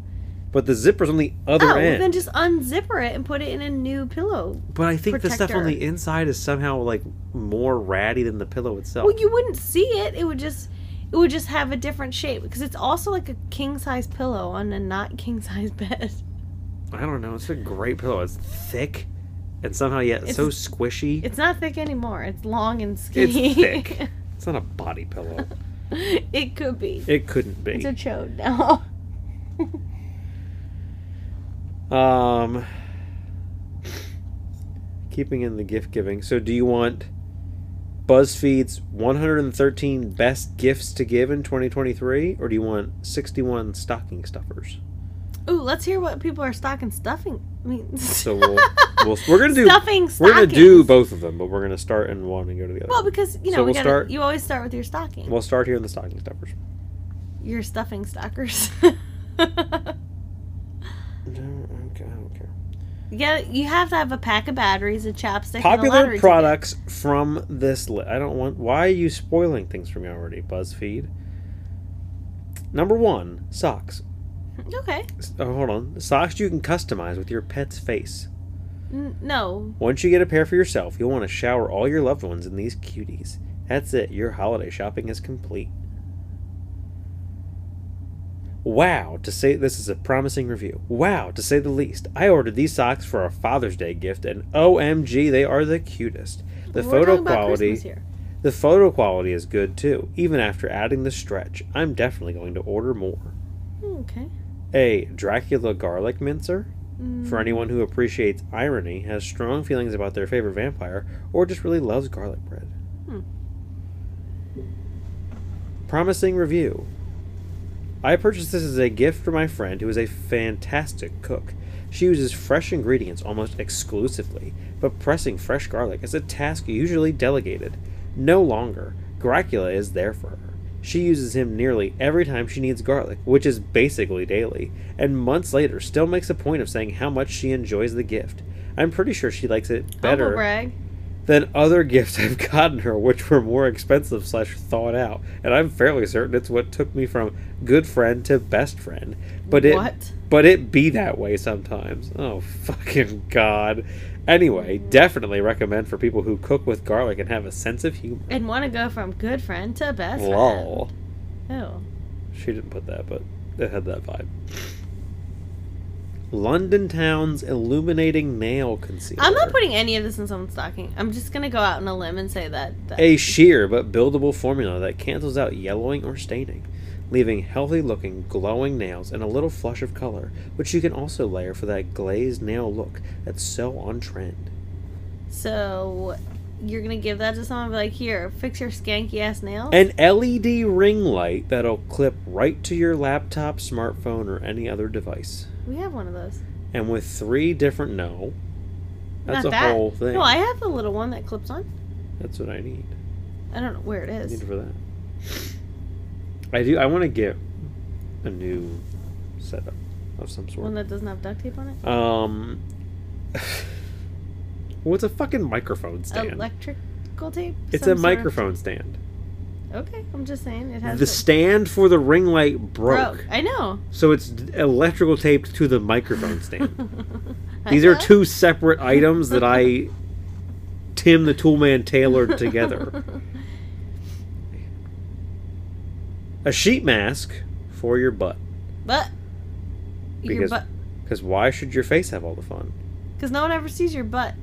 But the zipper's on the other oh, end. then just unzipper it and put it in a new pillow. but I think the stuff on protector. the inside is somehow like more ratty than the pillow itself. Well, you wouldn't see it. It would just it would just have a different shape because it's also like a king size pillow on a not king size bed. I don't know. It's a great pillow. It's thick, and somehow yet It's- so squishy. It's, It's not thick anymore. It's long and skinny. thick. not a body pillow. it could be. It couldn't be. It's a chode now. Um, keeping in the gift giving. So, do you want BuzzFeed's 113 best gifts to give in 2023, or do you want 61 stocking stuffers? Ooh, let's hear what people are stocking stuffing. I mean, So we'll, we'll we're gonna do stuffing. we're gonna stockings. do both of them, but we're gonna start in one and go to the other. Well, because you know So we we'll gotta, start- you always start with your stocking. we'll start here in the stocking stuffers. your stuffing stockers. No, okay, I don't care. Yeah, you have to have a pack of batteries, a chapstick, and a Popular lottery products from this list. I don't want. Why are you spoiling things for me already, BuzzFeed? Number one, socks. ticket. Okay. Oh, hold on. Socks you can customize with your pet's face. N- no. Once you get a pair for yourself, you'll want to shower all your loved ones in these cuties. That's it. Your holiday shopping is complete. Wow, to say this is a promising review. Wow, to say the least. I ordered these socks for our Father's Day gift, and OMG, they are the cutest. The We're photo talking about quality. Christmas here. The photo quality is good too, even after adding the stretch. I'm definitely going to order more. Okay. A Dracula garlic mincer for anyone who appreciates irony, has strong feelings about their favorite vampire, or just really loves garlic bread. Hmm. Promising review. I purchased this as a gift for my friend who is a fantastic cook. She uses fresh ingredients almost exclusively, but pressing fresh garlic is a task usually delegated. No longer. Dracula is there for her. She uses him nearly every time she needs garlic, which is basically daily, and months later still makes a point of saying how much she enjoys the gift. I'm pretty sure she likes it Humble better brag. than other gifts I've gotten her, which were more expensive slash thought out, and I'm fairly certain it's what took me from good friend to best friend. But it What? but it be that way sometimes. Oh fucking god. Anyway, Mm. definitely recommend for people who cook with garlic and have a sense of humor. And want to go from good friend to best Lol. friend. Oh. She didn't put that, but it had that vibe. London Town's illuminating nail concealer. I'm not putting any of this in someone's stocking. I'm just going to go out on a limb and say that. that a sheer but buildable formula that cancels out yellowing or staining, leaving healthy looking, glowing nails and a little flush of color, which you can also layer for that glazed nail look that's so on trend. so you're going to give that to someone and be like, here, fix your skanky ass nails? An LED ring light that'll clip right to your laptop, smartphone, or any other device. we have one of those. And with three different no, that's not a that. whole thing. No, I have the little one that clips on. that's what I need. I don't know where it need is. for that. I do. I want to get a new setup of some One sort. that doesn't have duct tape on it? Um, what's a fucking microphone stand? Electric electrical tape? It's Some a sort of- microphone stand. Okay, I'm just saying it has The a- stand for the ring light broke, I know. so it's d- electrical taped to the microphone stand. I These are know. two separate items that I, Tim the Toolman, tailored together. A sheet mask for your butt, But your Because- butt, because why should your face have all the fun? because no one ever sees your butt.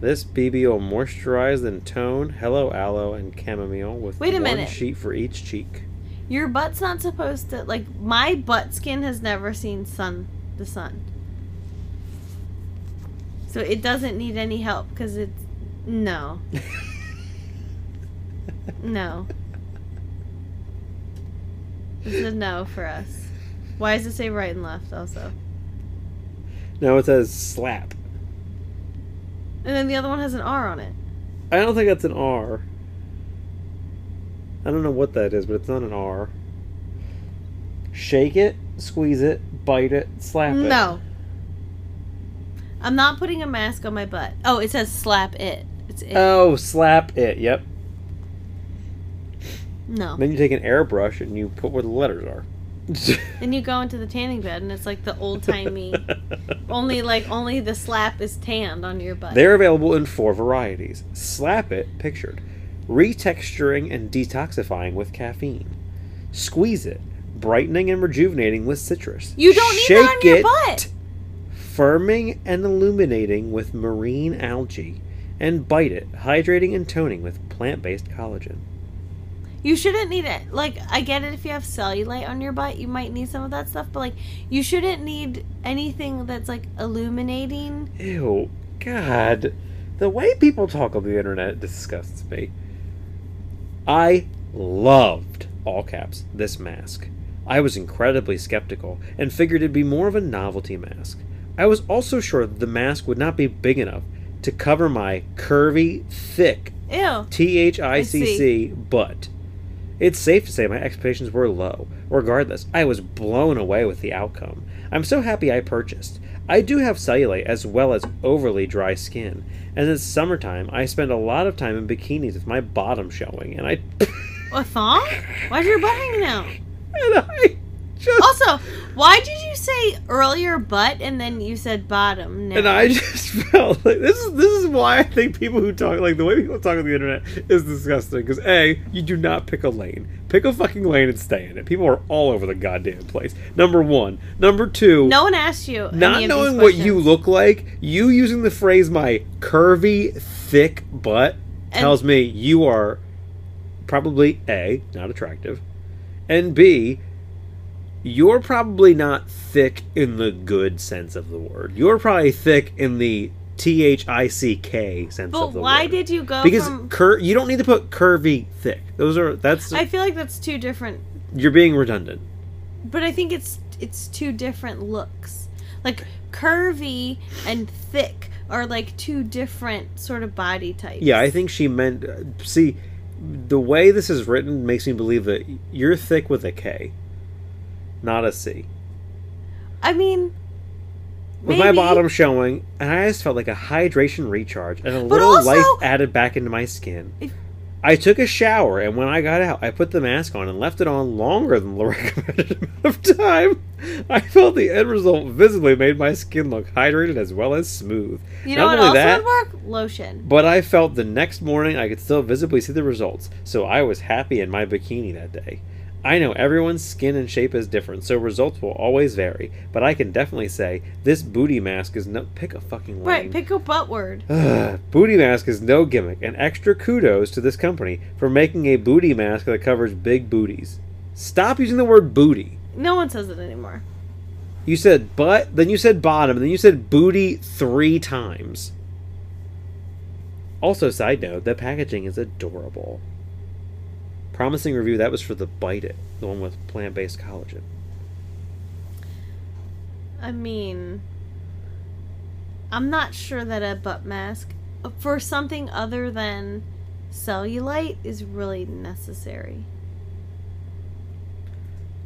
This BB will moisturize and tone hello aloe and chamomile with Wait a one minute. sheet for each cheek. Your butt's not supposed to like. My butt skin has never seen sun, the sun. So it doesn't need any help because it's no, no. This is a no for us. Why does it say right and left also? no, it says slap. And then the other one has an R on it. I don't think that's an R. I don't know what that is, but it's not an R. Shake it, squeeze it, bite it, slap it. No. I'm not putting a mask on my butt. Oh, it says slap it. It's it. Oh, slap it. Yep. no. Then you take an airbrush and you put where the letters are. Then you go into the tanning bed and it's like the old timey. only like only the slap is tanned on your butt. They're available in four varieties. Slap it, pictured. Retexturing and detoxifying with caffeine. Squeeze it, brightening and rejuvenating with citrus. You don't need that on your butt! Firming and illuminating with marine algae. And bite it, hydrating and toning with plant based collagen. You shouldn't need it. Like I get it if you have cellulite on your butt, you might need some of that stuff, but like you shouldn't need anything that's like illuminating. Ew, God. The way people talk on the internet disgusts me. I loved, all caps, this mask. I was incredibly skeptical and figured it'd be more of a novelty mask. I was also sure that the mask would not be big enough to cover my curvy, thick Ew. T H I C C, but it's safe to say my expectations were low. Regardless, I was blown away with the outcome. I'm so happy I purchased. I do have cellulite as well as overly dry skin, and in summertime I spend a lot of time in bikinis with my bottom showing, and I A thong? Why's your butt hanging out? and I just Also, why did you say earlier butt and then you said bottom? Now? and I just felt like this is this is why I think people who talk like the way people talk on the internet is disgusting. Because a, you do not pick a lane. Pick a fucking lane and stay in it. People are all over the goddamn place. Number one. Number two. no one asked you. Not any of these knowing what you questions. look like, you using the phrase "my curvy, thick butt" And- tells me you are probably a not attractive, and b you're probably not thick in the good sense of the word. You're probably thick in the t h i c k sense But of the why word. did you go because from? cur- you don't need to put curvy, thick. Those are that's I feel like that's two different. you're being redundant. But I think it's it's two different looks. Like curvy and thick are like two different sort of body types. Yeah, I think she meant. See, the way this is written makes me believe that you're thick with a K, not a C. I mean, With my Maybe. bottom showing, and I just felt like a hydration recharge and a But little also- life added back into my skin. If- I took a shower, and when I got out, I put the mask on and left it on longer than the recommended amount of time. I felt the end result visibly made my skin look hydrated as well as smooth. you Not know what only else that- would work? Lotion. But I felt the next morning I could still visibly see the results, so I was happy in my bikini that day. I know everyone's skin and shape is different, so results will always vary, but I can definitely say this booty mask is no pick a fucking Right. lane. Pick a butt word. Ugh, booty mask is no gimmick, and extra kudos to this company for making a booty mask that covers big booties. Stop using the word booty. No one says it anymore. You said butt, then you said bottom, and then you said booty three times. Also, side note, the packaging is adorable. Promising review, that was for the Bite It, the one with plant based collagen. I mean, I'm not sure that a butt mask uh, for something other than cellulite is really necessary.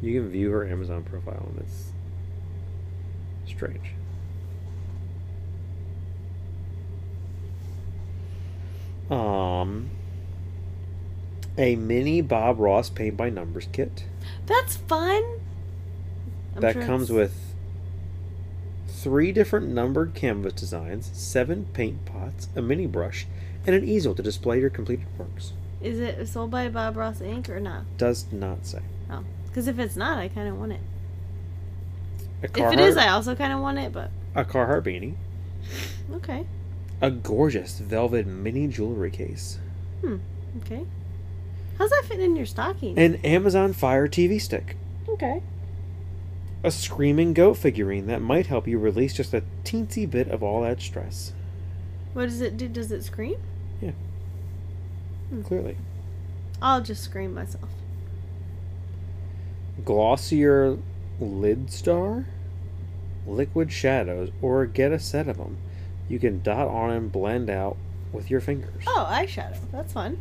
You can view her Amazon profile, and it's strange. um, a mini Bob Ross paint by numbers kit That's fun. I'm that sure comes it's- with three different numbered canvas designs, seven paint pots, a mini brush, and an easel to display your completed works. Is it sold by Bob Ross Inc. or not? Does not say. Because if it's not, I kind of want it. A Carhartt, If it is, I also kind of want it. But a Carhartt beanie, okay, a gorgeous velvet mini jewelry case, okay. How's that fit in your stocking? an Amazon Fire TV stick, okay. a screaming goat figurine that might help you release just a teensy bit of all that stress. What does it do? Does it scream? Clearly. I'll just scream myself. glossier lid star, liquid shadows, or get a set of them. You can dot on and blend out with your fingers. Oh, eyeshadow. That's fun.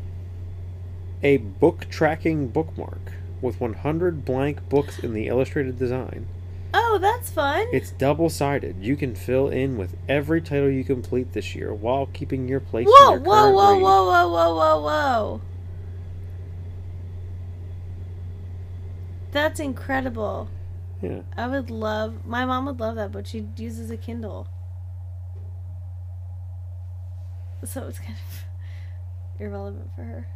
A book tracking bookmark with 100 blank books in the illustrated design. Oh, that's fun. It's double sided. You can fill in with every title you complete this year while keeping your place. in Whoa, your whoa, current whoa, read. whoa, whoa, whoa, whoa, whoa. That's incredible. Yeah. I would love, my mom would love that, but she uses a Kindle. So it's kind of irrelevant for her.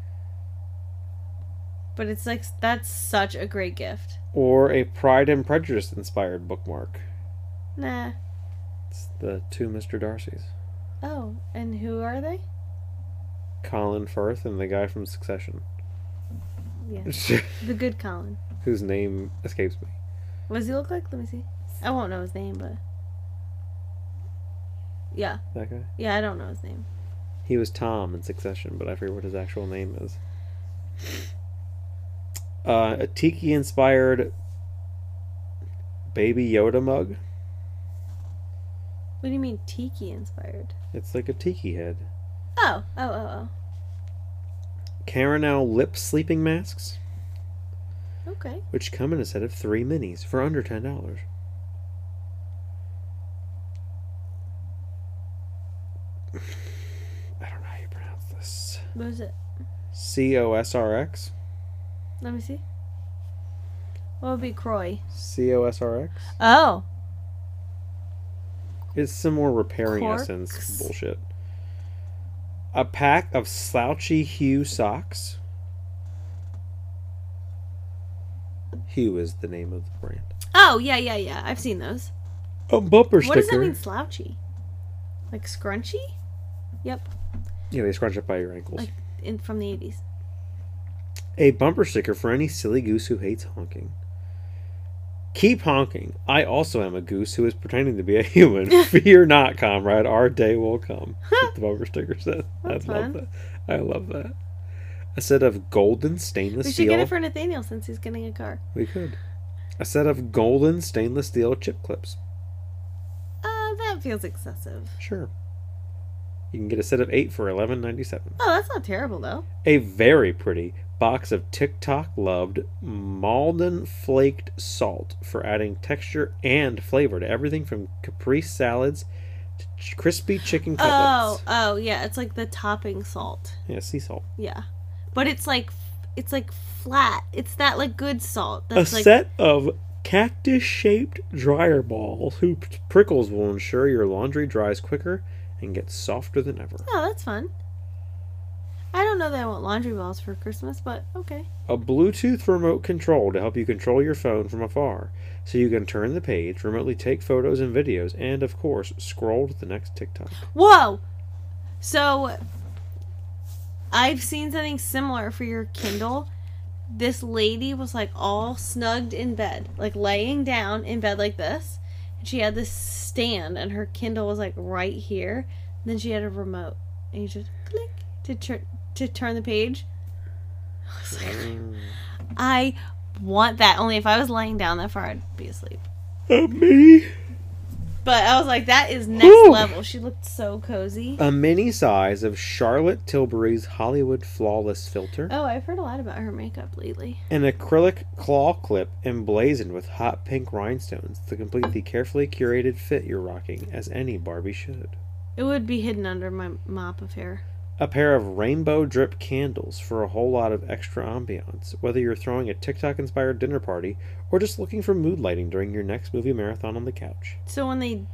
But it's like, that's such a great gift. Or a Pride and Prejudice inspired bookmark. Nah. It's the two Mr. Darcy's Oh, and who are they? Colin Firth and the guy from Succession. Yeah. The good Colin. whose name escapes me. What does he look like? Let me see. I won't know his name, but. Yeah. That guy. Yeah, I don't know his name. He was Tom in Succession, but I forget what his actual name is. Uh, a tiki-inspired baby Yoda mug. What do you mean tiki inspired? It's like a tiki head. Oh, oh, oh, Carinel lip sleeping masks, oh. Okay. which come in a set of three minis for under ten dollars. I don't know how you pronounce this. What is it? C O S R X. Let me see. What would be Croy? C O S R X. Oh, It's some more repairing essence Corks. bullshit. A pack of slouchy hue socks. Hue is the name of the brand. oh, yeah, yeah, yeah. I've seen those. A bumper What does that sticker. mean, slouchy? Like scrunchy? Yep. Yeah, they scrunch up by your ankles. Like in from the eighties. A bumper sticker for any silly goose who hates honking. Keep honking. I also am a goose who is pretending to be a human. Fear not, comrade. Our day will come. That's what the bumper sticker says. That's I fun. love that. I love that. A set of golden stainless We should steel. get it for Nathaniel since he's getting a car. We could. A set of golden stainless steel chip clips. Uh, that feels excessive. Sure. You can get a set of eight for eleven ninety seven. Oh, that's not terrible though. A very pretty box of TikTok loved Malden flaked salt for adding texture and flavor to everything from caprese salads to ch- crispy chicken Oh, cutlets. oh yeah, it's like the topping salt. Yeah, sea salt. Yeah, but it's like it's like flat. It's that like good salt. A That's like set of cactus shaped dryer balls whose prickles will ensure your laundry dries quicker and gets softer than ever. oh, that's fun. I don't know that I want laundry balls for Christmas, but okay. a Bluetooth remote control to help you control your phone from afar, so you can turn the page, remotely take photos and videos, and of course, scroll to the next TikTok. Whoa. So I've seen something similar for your Kindle. This lady was like all snugged in bed, like laying down in bed like this. And she had this stand and her Kindle was like right here. And then she had a remote. And you just click to tur- to turn the page. I was like, I want that. Only if I was laying down that far, I'd be asleep. A me. But I was like, that is next Ooh. level. She looked so cozy. A mini size of Charlotte Tilbury's Hollywood Flawless filter, Oh, I've heard a lot about her makeup lately. an acrylic claw clip emblazoned with hot pink rhinestones to complete the carefully curated fit you're rocking, as any Barbie should. It would be hidden under my mop of hair. a pair of rainbow drip candles for a whole lot of extra ambiance, whether you're throwing a TikTok inspired dinner party or just looking for mood lighting during your next movie marathon on the couch. So when they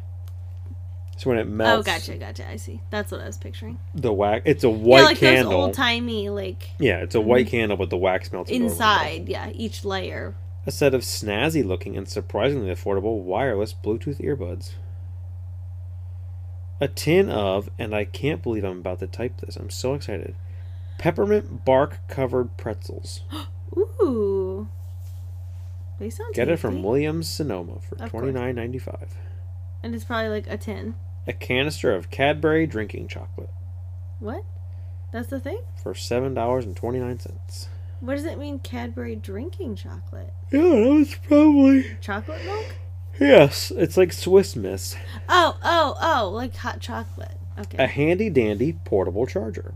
So when it melts, oh gotcha gotcha I see that's what I was picturing. the wax, it's a white yeah, like those candle. old timey like yeah, it's a white candle, but the wax melts over the wax. inside yeah each layer. A set of snazzy looking and surprisingly affordable wireless Bluetooth earbuds. A tin of, and I can't believe I'm about to type this, I'm so excited. Peppermint bark covered pretzels. Ooh, they sound Get it tasty. from Williams Sonoma for Of course. twenty nine ninety five. and it's probably like a tin. A canister of Cadbury drinking chocolate What? That's the thing. for seven dollars and twenty nine cents. What does it mean? Cadbury drinking chocolate, Yeah, that was probably chocolate milk. yes. It's like Swiss Miss. Oh oh oh, like hot chocolate. Okay. A handy dandy portable charger.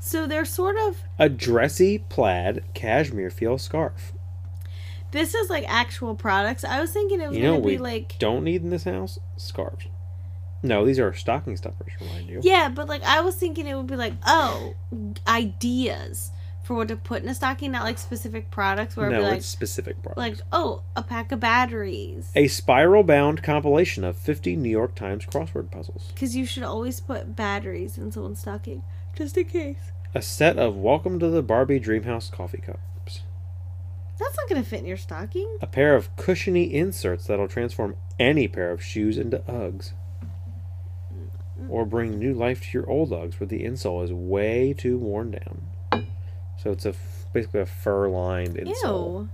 So they're sort of A dressy plaid cashmere feel scarf. this is like actual products. I was thinking it was You know, gonna we be like don't need in this house scarves. No, these are stocking stuffers. Remind you. yeah, but like I was thinking it would be like oh ideas for what to put in a stocking, not like specific products where no, it'd be like it's specific products. like oh a pack of batteries a spiral-bound compilation of 50 New York Times crossword puzzles. because you should always put batteries in someone's stocking just in case. A set of Welcome to the Barbie Dreamhouse coffee cups. That's not gonna fit in your stocking. A pair of cushiony inserts that'll transform any pair of shoes into Uggs. Or bring new life to your old Uggs where the insole is way too worn down. So it's a f- basically a fur-lined insole. Ew.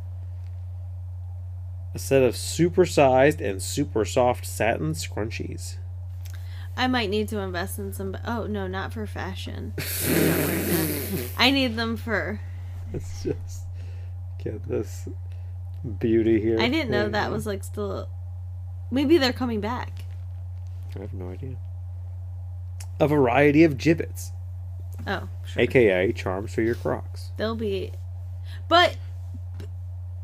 A set of supersized and super soft satin scrunchies. I might need to invest in some. Oh no, not for fashion. I'm not wearing that. I need them for. It's just get this beauty here. I didn't know that was like still. Maybe they're coming back. I have no idea. A variety of gibbets, Oh, sure. aka charms for your Crocs. They'll be. But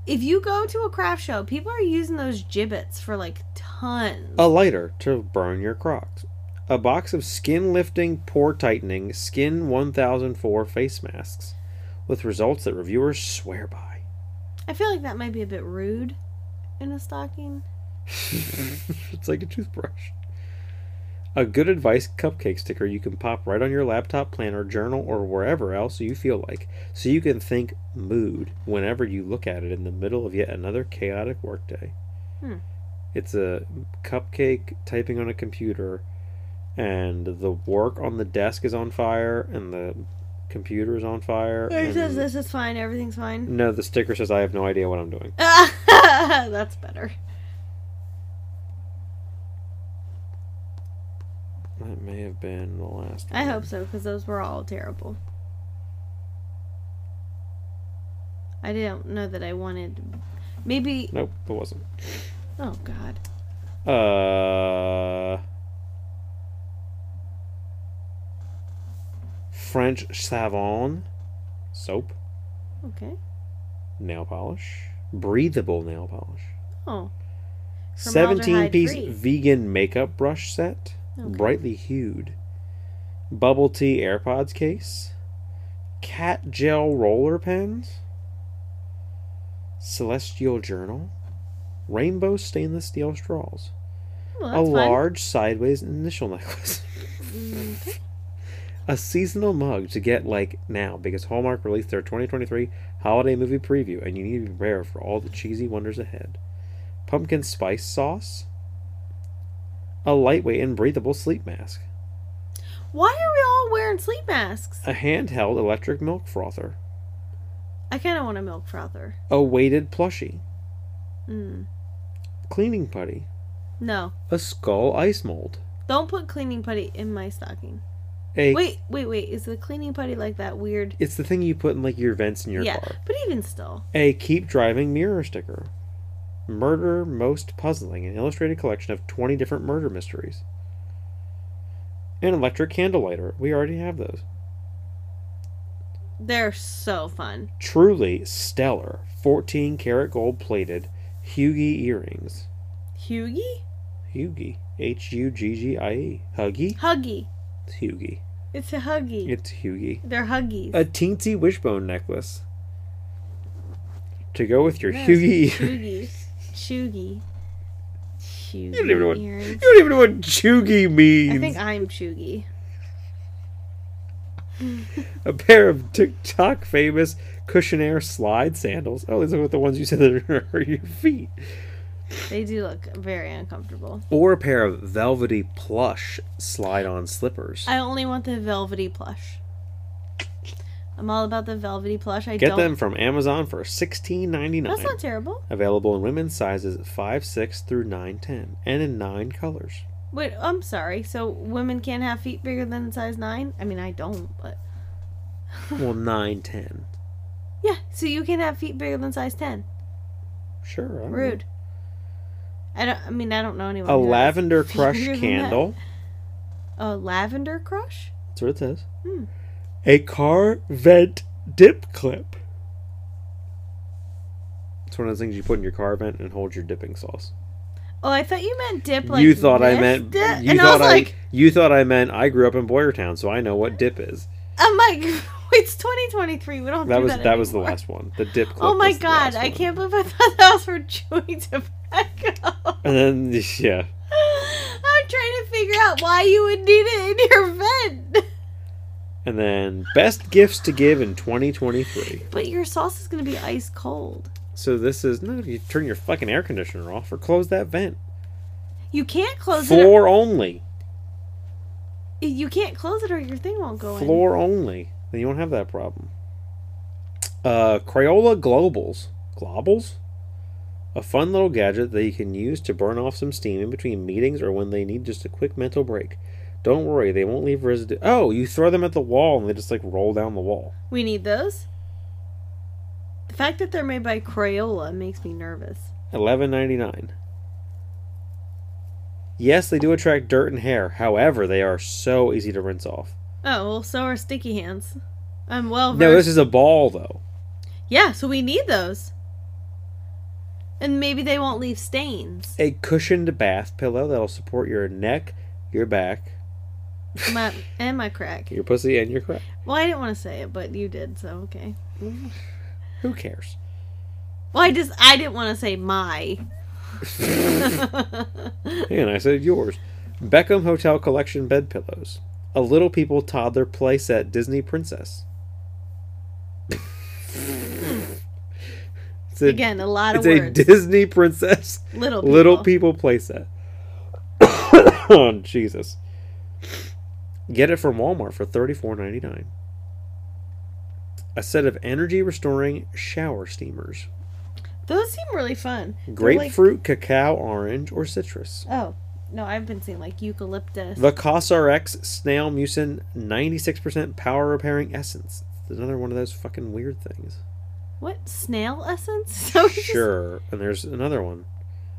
if you go to a craft show, people are using those gibbets for like tons. A lighter to burn your Crocs. A box of skin lifting, pore tightening, skin 1004 face masks with results that reviewers swear by. I feel like that might be a bit rude in a stocking. it's like a toothbrush. A good advice cupcake sticker you can pop right on your laptop planner, journal, or wherever else you feel like, so you can think mood whenever you look at it in the middle of yet another chaotic workday. Hmm. It's a cupcake typing on a computer, and the work on the desk is on fire, and the computer is on fire. It says and- this is fine. Everything's fine. No, the sticker says, I have no idea what I'm doing. That's better. That may have been the last I one. hope so because those were all terrible. I didn't know that I wanted. Maybe. Nope, it wasn't. Oh God. Uh, French savon, soap, Okay. nail polish, breathable nail polish, Oh. seventeen piece Formaldehyde-free. vegan makeup brush set, Okay. brightly hued, bubble tea AirPods case, cat gel roller pens, celestial journal, rainbow stainless steel straws. Well, a that's fun. large sideways initial necklace. Mm, a seasonal mug to get like now because Hallmark released their 2023 holiday movie preview and you need to be prepared for all the cheesy wonders ahead. Pumpkin spice sauce. A lightweight and breathable sleep mask. Why are we all wearing sleep masks? A handheld electric milk frother. I kind of want a milk frother. A weighted plushie. Mm. Cleaning putty. No. A skull ice mold. Don't put cleaning putty in my stocking. A Wait, wait, wait. Is the cleaning putty like that weird? it's the thing you put in like your vents in your yeah. car. But even still. A keep driving mirror sticker. Murder Most Puzzling, an illustrated collection of 20 different murder mysteries. An electric candle lighter. We already have those. They're so fun. Truly stellar 14 karat gold plated Hugie earrings. Hughie? Hugie. H U G G I E. Huggy? Huggy. It's Hugie. It's a huggy. It's Hugie. They're huggies. A teensy wishbone necklace. To go with your Yes, Hugie. Chugi. Chugi. Chugi. don't even know what- You earrings. don't even know what Chugi means. I think I'm Chugi. a pair of TikTok famous cushionaire slide sandals. Oh, these are what the ones you said that are your feet. They do look very uncomfortable. Or a pair of velvety plush slide on slippers. I only want the velvety plush. I'm all about the velvety plush. I Get don't. them from Amazon for sixteen ninety That's nine. not terrible. Available in women's sizes 5, 6 through 9, 10, and in 9 colors. Wait, I'm sorry. So women can't have feet bigger than size nine? I mean, I don't, but Well, 9, 10. yeah. So you can have feet bigger than size ten. Sure. I don't know. Rude. I don't. I mean, I don't know anyone. A who has lavender feet crush bigger than that. candle. A lavender crush. That's what it says. Hmm. A car vent dip clip. It's one of those things you put in your car vent and hold your dipping sauce. Oh, I thought you meant dip. Like you thought I this meant dip? you and I thought was like, you thought I meant I grew up in Boyertown, so I know what dip is. I'm like, it's 2023. We don't. Have to That do was that, that, was the anymore. last one. The dip clip. Oh my was the god! last I one. can't believe I thought that was for chewing tobacco. And then yeah, I'm trying to figure out why you would need it in your vent. and then best gifts to give in 2023. But your sauce is gonna be ice cold. So this is no, you turn your fucking air conditioner off or close that vent. You can't close it. Floor only. Or, you can't close it, or your thing won't go in. floor only. Then you won't have that problem. Uh, Crayola Globals. Globals? A fun little gadget that you can use to burn off some steam in between meetings or when they need just a quick mental break. Don't worry, they won't leave residue. Oh, you throw them at the wall and they just like roll down the wall. We need those. The fact that they're made by Crayola makes me nervous. Eleven ninety nine. Yes, they do attract dirt and hair. However, they are so easy to rinse off. Oh well, so are sticky hands. I'm well versed. No, this is a ball though. Yeah, so we need those. And maybe they won't leave stains. A cushioned bath pillow that'll support your neck, your back, My, and my crack. Your pussy and your crack. Well, I didn't want to say it, but you did, so okay. Who cares? Well, I just I didn't want to say my. and I said yours. Beckham Hotel Collection bed pillows. A little people toddler playset Disney princess. it's a, Again, a lot of it's a words. Disney princess little people. little people playset. oh, Jesus. Get it from Walmart for thirty four ninety nine. A set of energy restoring shower steamers. Those seem really fun. They're Grapefruit, cacao, orange, or citrus. Like, oh no, I've been seeing like eucalyptus. The COSRX Snail Mucin 96% power repairing essence. It's another one of those fucking weird things. What snail essence? So Sure. And there's another one.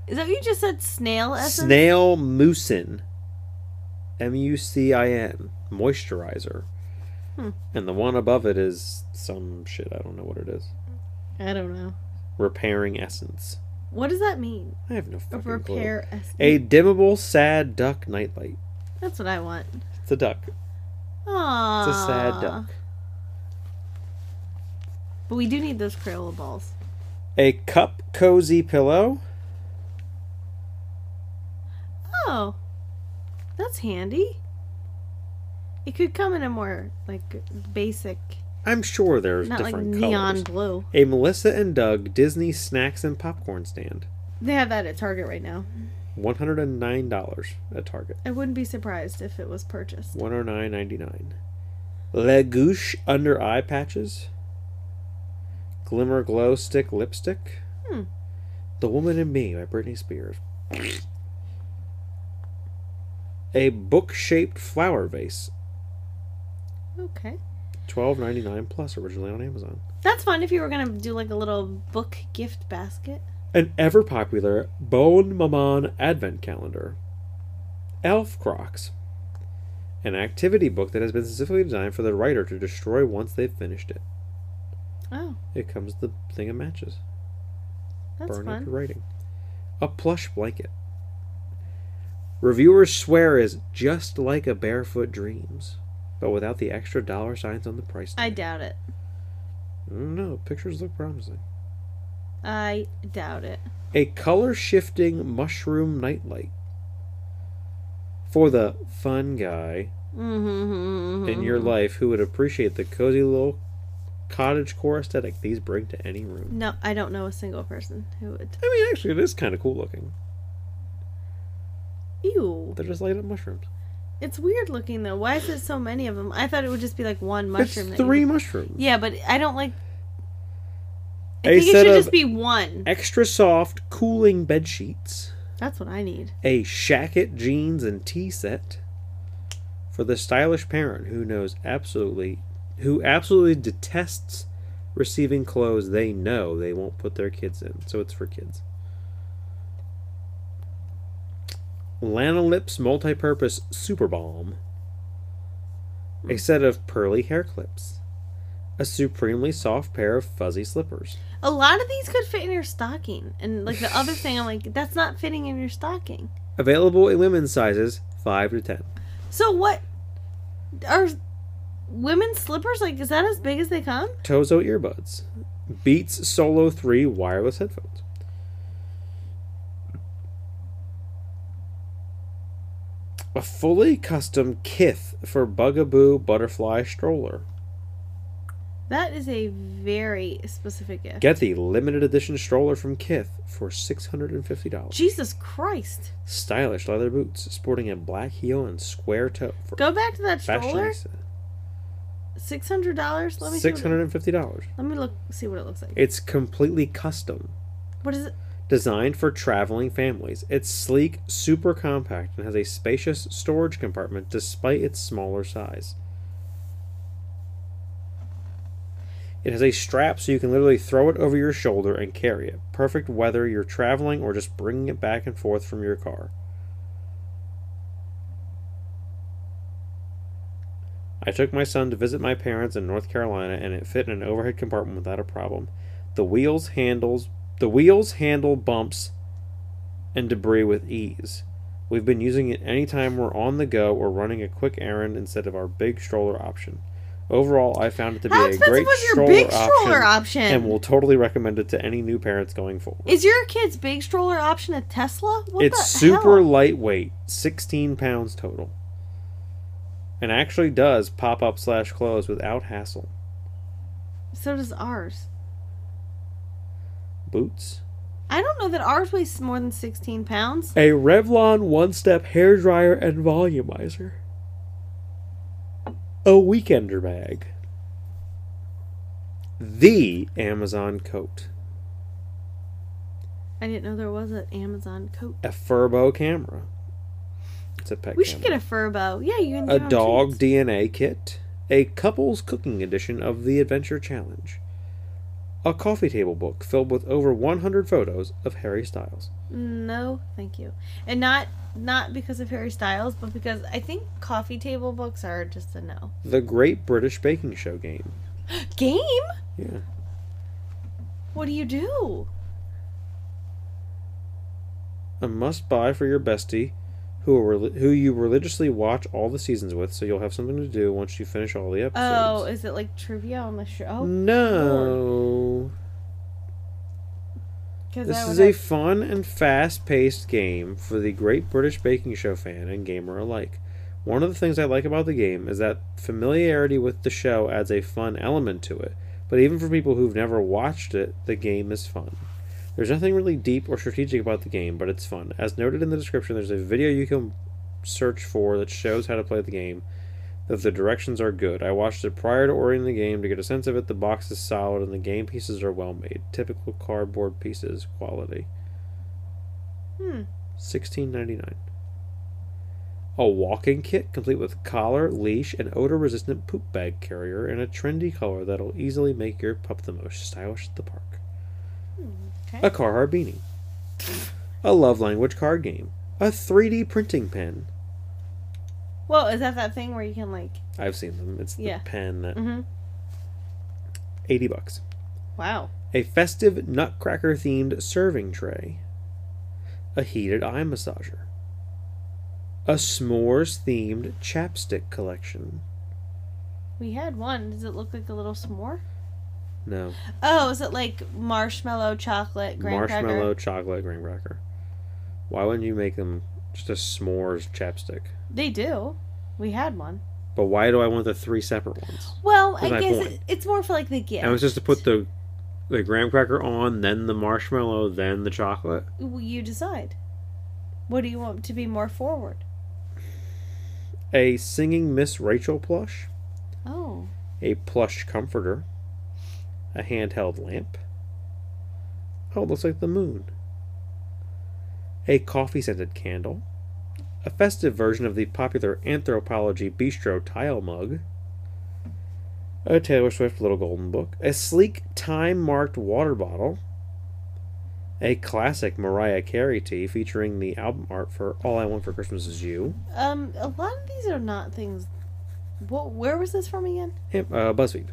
Is that what you just said? Snail essence. Snail Mucin. M U C I N. Moisturizer. Hmm. And the one above it is some shit. I don't know what it is. I don't know. Repairing essence. What does that mean? I have no A fucking clue. repair essence. A dimmable sad duck nightlight. That's what I want. It's a duck. Aww. It's a sad duck. But we do need those Crayola balls. A cup cozy pillow. Oh, that's handy. It could come in a more like basic, I'm sure there's not like different neon colors. blue. A Melissa and Doug Disney snacks and popcorn stand. They have that at Target right now. $109 at Target. I wouldn't be surprised if it was purchased. $109.99. Legouche under eye patches. Glimmer glow stick lipstick. Hmm. The Woman in Me by Britney Spears. A book shaped flower vase. Okay, $12.99 plus originally on Amazon. that's fun if you were gonna do like a little book gift basket. an ever popular Bone Maman advent calendar, Elf Crocs, an activity book that has been specifically designed for the writer to destroy once they've finished it. Oh, It comes with the thing of matches. that's burn up fun. your writing. A plush blanket. Reviewers swear is just like a Barefoot Dreams, but without the extra dollar signs on the price Mm, I doubt it. No, pictures look promising. I doubt it. A color shifting mushroom nightlight. For the fun guy Mm-hmm. in your life who would appreciate the cozy little cottage core aesthetic these bring to any room. No, I don't know a single person who would. I mean, actually, it is kind of cool looking. Ew. They're just light up mushrooms. It's weird looking though. Why is it so many of them? I thought it would just be like one mushroom. it's that you- three mushrooms. Yeah, but I don't like. I A think it set should of- just be one. Extra soft, cooling bed sheets. That's what I need. a shacket jeans and tea set for the stylish parent who knows absolutely who absolutely detests receiving clothes they know they won't put their kids in so it's for kids lana lips multi-purpose super balm a set of pearly hair clips a supremely soft pair of fuzzy slippers A lot of these could fit in your stocking, and like the other thing, I'm like, that's not fitting in your stocking. available in women's sizes 5 to 10 So what are women's slippers like? Is that as big as they come? Tozo earbuds, Beats Solo 3 wireless headphones. A fully custom kith for Bugaboo Butterfly Stroller. That is a very specific gift. Get the limited edition stroller from Kith for $650. Jesus Christ! Stylish leather boots sporting a black heel and square toe for Go back to that stroller. fashionista. Six hundred dollars. Let me see what it- $650. Let me look. See what it looks like. It's completely custom. What is it? Designed for traveling families, it's sleek, super compact, and has a spacious storage compartment despite its smaller size. It has a strap so you can literally throw it over your shoulder and carry it. Perfect whether you're traveling or just bringing it back and forth from your car. I took my son to visit my parents in North Carolina and it fit in an overhead compartment without a problem. The wheels handles the wheels handle bumps and debris with ease. We've been using it anytime we're on the go or running a quick errand instead of our big stroller option. Overall, I found it to be How a great expensive was your stroller, big option, stroller option? and we'll totally recommend it to any new parents going forward. Is your kid's big stroller option a Tesla? What it's the super hell? lightweight, 16 pounds total, and actually does pop up slash close without hassle. So does ours. Boots. I don't know that ours weighs more than 16 pounds. A Revlon one step hair dryer and volumizer. A weekender bag. The Amazon coat. I didn't know there was an Amazon coat. A Furbo camera. It's a pet We camera. should get a Furbo. Yeah, you can a throw on dog treats. DNA kit, a couple's cooking edition of the Adventure Challenge, a coffee table book filled with over 100 photos of Harry Styles. No, thank you. And not not because of Harry Styles, but because I think coffee table books are just a no. The Great British Baking Show game. Game? Yeah. What do you do? A must buy for your bestie who will reli- who you religiously watch all the seasons with so you'll have something to do once you finish all the Oh, episodes. is it like trivia on the show? Mm, no. Because This I is would a have- fun and fast paced game for the Great British Baking Show fan and gamer alike. One of the things I like about the game is that familiarity with the show adds a fun element to it, but even for people who've never watched it, the game is fun. There's nothing really deep or strategic about the game, but it's fun. As noted in the description, there's a video you can search for that shows how to play the game. That the directions are good. I watched it prior to ordering the game to get a sense of it. The box is solid and the game pieces are well made. Typical cardboard pieces quality. Hmm. Sixteen ninety nine. A walking kit complete with collar, leash, an odor resistant poop bag carrier, and a trendy color that'll easily make your pup the most stylish at the park. Hmm, Okay. A Carhartt beanie. A love language card game. A 3D printing pen. Well, is that that thing where you can like? I've seen them. It's the Yeah. pen that hmm eighty bucks. Wow. a festive nutcracker themed serving tray, a heated eye massager, a s'mores themed chapstick collection. We had one. Does it look like a little s'more? No, Oh, is it like marshmallow chocolate graham marshmallow cracker? chocolate graham cracker. Why wouldn't you make them just a s'mores chapstick? They do. We had one. But why do I want the three separate ones? Well, That's my I guess point. it, it's more for like the gift. And I was supposed to put the the graham cracker on, then the marshmallow, then the chocolate. Well, You decide. What do you want to be more forward? A singing Miss Rachel plush. Oh, a plush comforter, a handheld lamp. Oh, it looks like the moon. A coffee scented candle, a festive version of the popular Anthropology Bistro tile mug, a Taylor Swift little golden book, a sleek time marked water bottle, a classic Mariah Carey tee featuring the album art for All I Want for Christmas Is You, um, a lot of these are not things. What? Where was this from again? Ham- uh, BuzzFeed.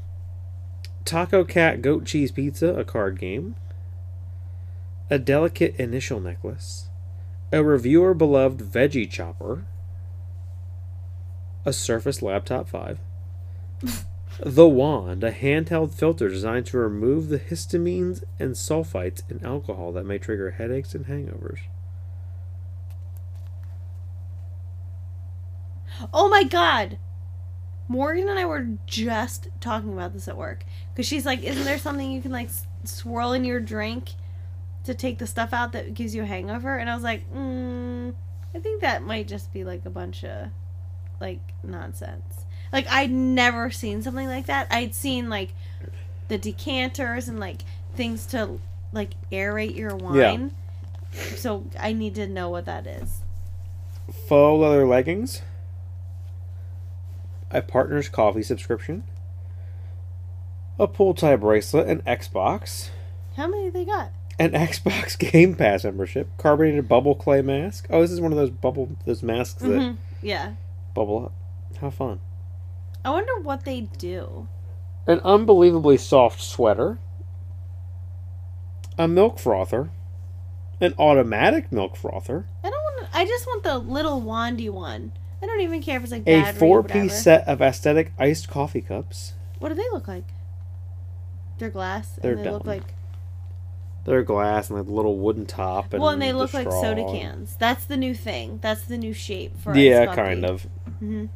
Taco Cat Goat Cheese Pizza, a card game. A delicate initial necklace. A reviewer beloved veggie chopper. A Surface Laptop 5. the Wand, a handheld filter designed to remove the histamines and sulfites in alcohol that may trigger headaches and hangovers. Oh my god! Morgan and I were just talking about this at work because she's like, "Isn't there something you can like s- swirl in your drink to take the stuff out that gives you a hangover?" And I was like, mm, "I think that might just be like a bunch of like nonsense." Like I'd never seen something like that. I'd seen like the decanters and like things to like aerate your wine. So I need to know what that is. faux leather leggings, a partner's coffee subscription, a pool tie bracelet, an Xbox, How many they got? an Xbox Game Pass membership, carbonated bubble clay mask. Oh, this is one of those bubble those masks that Mhm. Yeah. bubble up. How fun! I wonder what they do. An unbelievably soft sweater, a milk frother, an automatic milk frother, I don't want. to I just want the little wandy one. I don't even care if it's like a battery or four-piece whatever. set of aesthetic iced coffee cups. What do they look like? They're glass. They're and they look dumb. like They're glass and like the little wooden top. And well, and they the look like straw soda and- cans. That's the new thing. That's the new shape for Yeah, kind of. hmm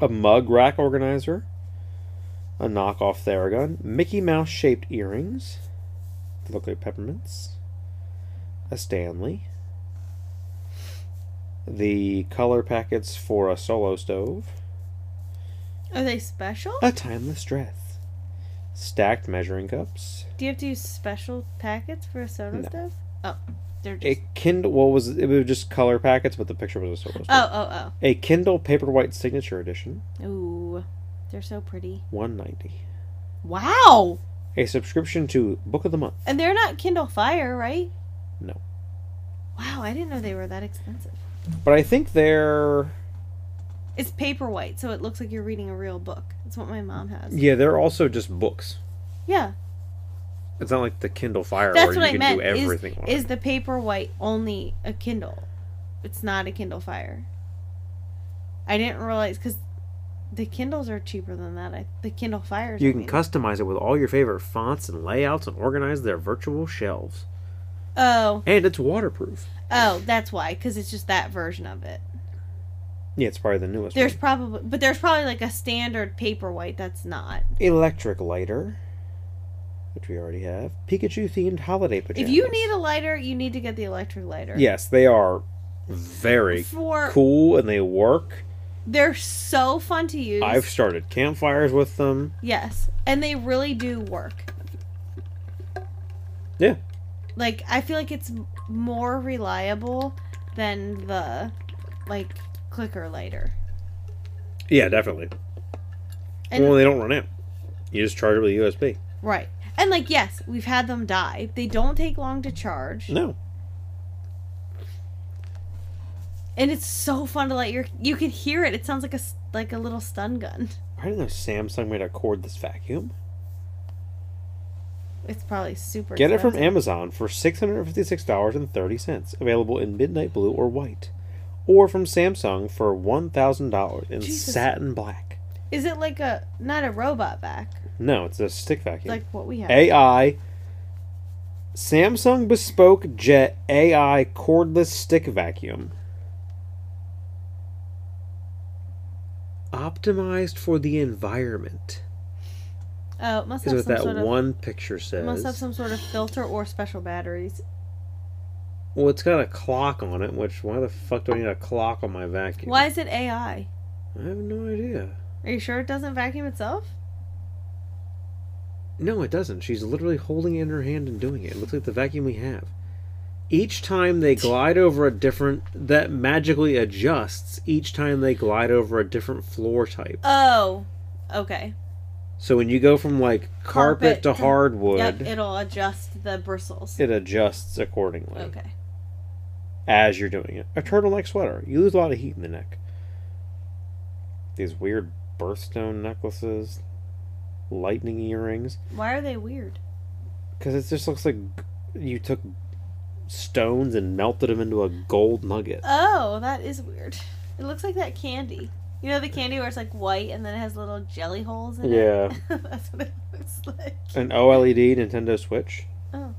A mug rack organizer, a knockoff Theragun, Mickey Mouse shaped earrings, that look like peppermints, a Stanley, the color packets for a solo stove, Are they special? a timeless dress, stacked measuring cups, Do you have to use special packets for soda No. stuff? Oh, they're just. a Kindle. What was it? was just color packets, but the picture was a solo stove. oh, oh, A Kindle Paperwhite Signature Edition, oh. Ooh, they're so pretty. one ninety. Wow. A subscription to Book of the Month. And they're not Kindle Fire, right? No. Wow, I didn't know they were that expensive. But I think they're It's paperwhite, so it looks like you're reading a real book. That's what my mom has. yeah, they're also just books. Yeah, It's not like the Kindle Fire where That's you what I can meant, do is- everything. on is it. the paperwhite only a Kindle? It's not a Kindle Fire. I didn't realize because the Kindles are cheaper than that. I, the Kindle Fires. you I can mean. customize it with all your favorite fonts and layouts and organize their virtual shelves. Oh, And it's waterproof. oh, that's why. Because it's just that version of it. Yeah, it's probably the newest. There's one. probably, but there's probably like a standard paperwhite that's not. electric lighter, which we already have. Pikachu themed holiday pajamas. If you need a lighter, you need to get the electric lighter. yes, they are very For cool and they work. they're so fun to use. I've started campfires with them. Yes, and they really do work. Yeah. Like I feel like it's m- more reliable than the like clicker lighter. Yeah, definitely. And well, they don't run out. You just charge it with a USB. right. And like yes, we've had them die. They don't take long to charge. No. And it's so fun to let your you could hear it. It sounds like a s- like a little stun gun. I didn't know Samsung made a cordless vacuum. It's probably super Get it from expensive. Amazon for $656.30, available in midnight blue or white. or from Samsung for one thousand dollars in Jesus. satin black. Is it like a not a robot vac? No, it's a stick vacuum. Like what we have. AI Samsung Bespoke Jet AI cordless stick vacuum. Optimized for the environment oh, it must is have what some that sort of one picture it says. must have some sort of filter or special batteries. Well, it's got a clock on it, which why the fuck do I need a clock on my vacuum? Why is it AI? I have no idea. Are you sure it doesn't vacuum itself? No, it doesn't. She's literally holding it in her hand and doing it. It looks like the vacuum we have. Each time they glide over a different, that magically adjusts each time they glide over a different floor type. Oh, okay. So when you go from like carpet, Carpet to to- hardwood, Yep, it'll adjust the bristles. it adjusts accordingly Okay. as you're doing it. A turtleneck sweater. You lose a lot of heat in the neck. These weird birthstone necklaces, lightning earrings. Why are they weird? Because it just looks like you took stones and melted them into a gold nugget. Oh, that is weird. It looks like that candy. You know the candy where it's like white and then it has little jelly holes in it? Yeah. That's what it looks like. An OLED Nintendo Switch Well,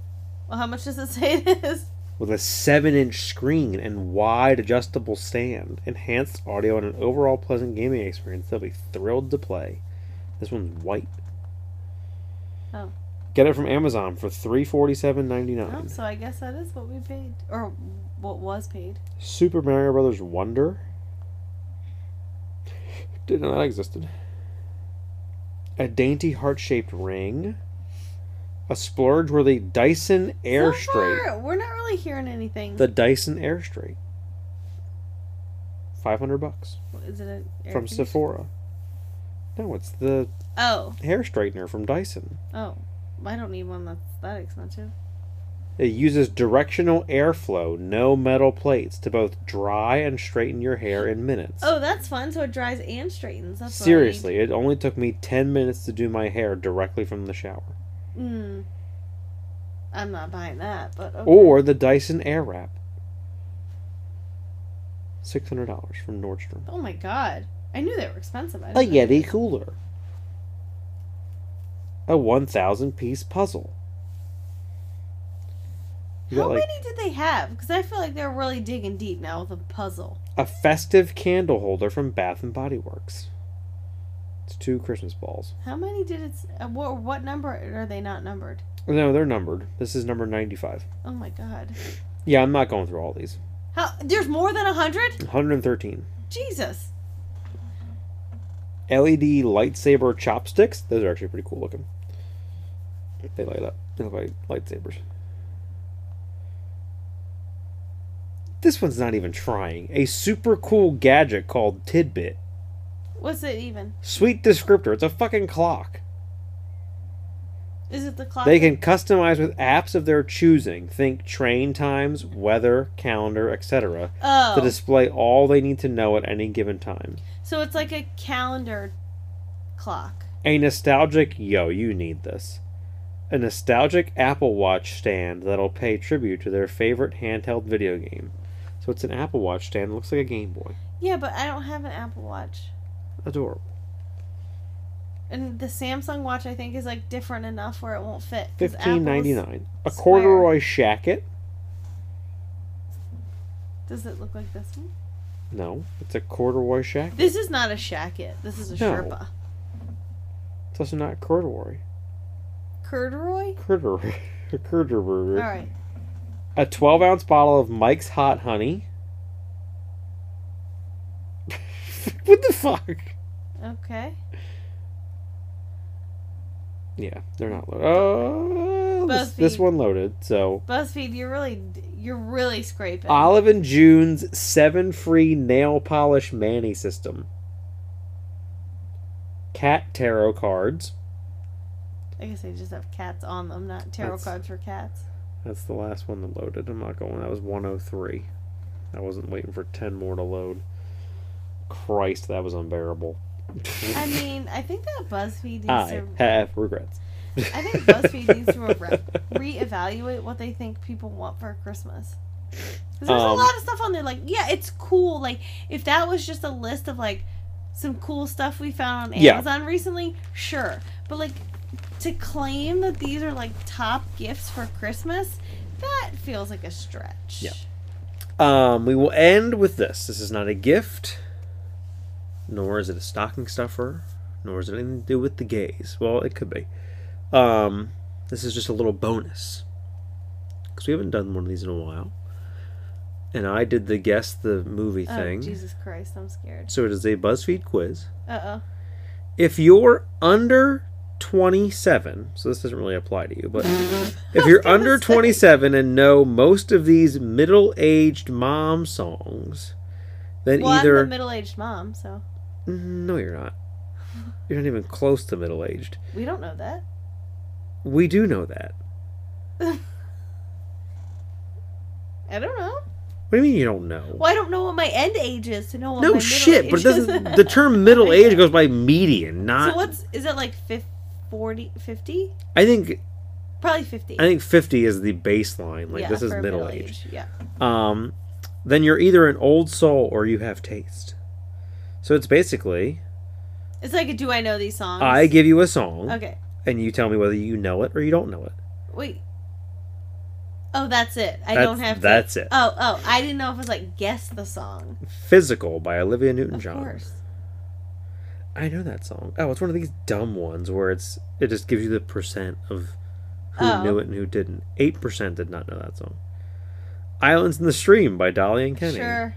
how much does it say it is? with a 7 inch screen and wide adjustable stand, enhanced audio, and an overall pleasant gaming experience they'll be thrilled to play. This one's white. Oh. Get it from Amazon for three forty seven ninety Oh, nine. so I guess that is what we paid. Or what was paid. Super Mario Brothers Wonder. Didn't know that existed. A dainty heart shaped ring. A splurge where the Dyson Air So Straight. far, We're not really hearing anything. The Dyson Air Straight. 500 bucks Is it an air from conditioner? Sephora. No, it's the Oh, hair straightener from Dyson. oh. I don't need one that's that expensive. It uses directional airflow, no metal plates, to both dry and straighten your hair in minutes. Oh, that's fun. So it dries and straightens. That's what I need. Seriously, it only took me 10 minutes to do my hair directly from the shower. Mm. I'm not buying that, but okay. Or the Dyson Airwrap. $600 from Nordstrom. oh my god, I knew they were expensive. I A didn't know. Yeti cooler. A 1,000 piece puzzle. You How got like many did they have? Because I feel like they're really digging deep now with a puzzle. a festive candle holder from Bath and Body Works. It's two Christmas balls. How many did it? s- Uh, what what number are they not numbered? No, they're numbered. This is number 95. Oh my god, Yeah, I'm not going through all these. how there's more than a hundred? 113. Jesus. LED E lightsaber chopsticks. Those are actually pretty cool looking. They light up. They look like lightsabers. This one's not even trying. A super cool gadget called Tidbit. What's it even? Sweet descriptor. It's a fucking clock. Is it the clock? They can customize with apps of their choosing. Think train times, weather, calendar, etc. oh, To display all they need to know at any given time. so it's like a calendar clock. A nostalgic, yo, you need this. A nostalgic Apple Watch stand that'll pay tribute to their favorite handheld video game. So it's an Apple Watch stand that looks like a Game Boy. Yeah, but I don't have an Apple Watch. Adorable. And the Samsung watch, I think, is like different enough where it won't fit. 'cause Fifteen ninety Apple's- nine. A square. corduroy shacket. Does it look like this one? No, it's a corduroy shacket. This is not a shacket. This is a No. Sherpa. It's also not corduroy. Corduroy? Corduroy. corduroy. All right. A twelve ounce bottle of Mike's Hot Honey. what the fuck? Okay. Yeah, they're not loaded. Oh, this, this BuzzFeed. one loaded. So BuzzFeed, you're really, you're really scraping. Olive and June's seven free nail polish Manny system. Cat tarot cards. I guess they just have cats on them, not tarot That's- cards for cats. That's the last one that loaded. I'm not going. That was 103. I wasn't waiting for 10 more to load. Christ, that was unbearable. I mean, I think that BuzzFeed needs I to. have regrets. I think BuzzFeed needs to re- reevaluate what they think people want for Christmas. 'Cause There's Um, a lot of stuff on there. Like, yeah, it's cool. Like, if that was just a list of like some cool stuff we found on Yeah. Amazon recently, sure. But like to claim that these are like top gifts for Christmas, that feels like a stretch. Yeah. Um, we will end with this. This is not a gift, nor is it a stocking stuffer, nor is it anything to do with the gays. Well, it could be. Um, this is just a little bonus because we haven't done one of these in a while. And I did the guess the movie Oh, thing, Jesus Christ, I'm scared. so it is a BuzzFeed quiz. Uh oh. If you're under 27, so this doesn't really apply to you, but if you're gonna under say. 27 and know most of these middle aged mom songs, then Well, either. I'm the middle-aged mom, so no, you're not. You're not even close to middle aged. we don't know that. We do know that. I don't know. What do you mean you don't know? Well, I don't know what my end age is to know what my no middle shit, but it age doesn't. is. The term middle I age know. goes by median, not. so what's is it like 50, 40, 50? I think Probably 50. I think 50 is the baseline. Like Yeah, this is for middle aged. Yeah. um, then you're either an old soul or you have taste. So it's basically It's like, do I know these songs? I give you a song Okay. and you tell me whether you know it or you don't know it. Wait. Oh, that's it. I That's- don't have. To... that's it. Oh, oh, I didn't know if it was like guess the song. Physical by Olivia Of Newton-John. course. I know that song. Oh, it's one of these dumb ones where it's it just gives you the percent of who Oh. knew it and who didn't. 8% did not know that song. Islands in the Stream by Dolly and Kenny. Sure.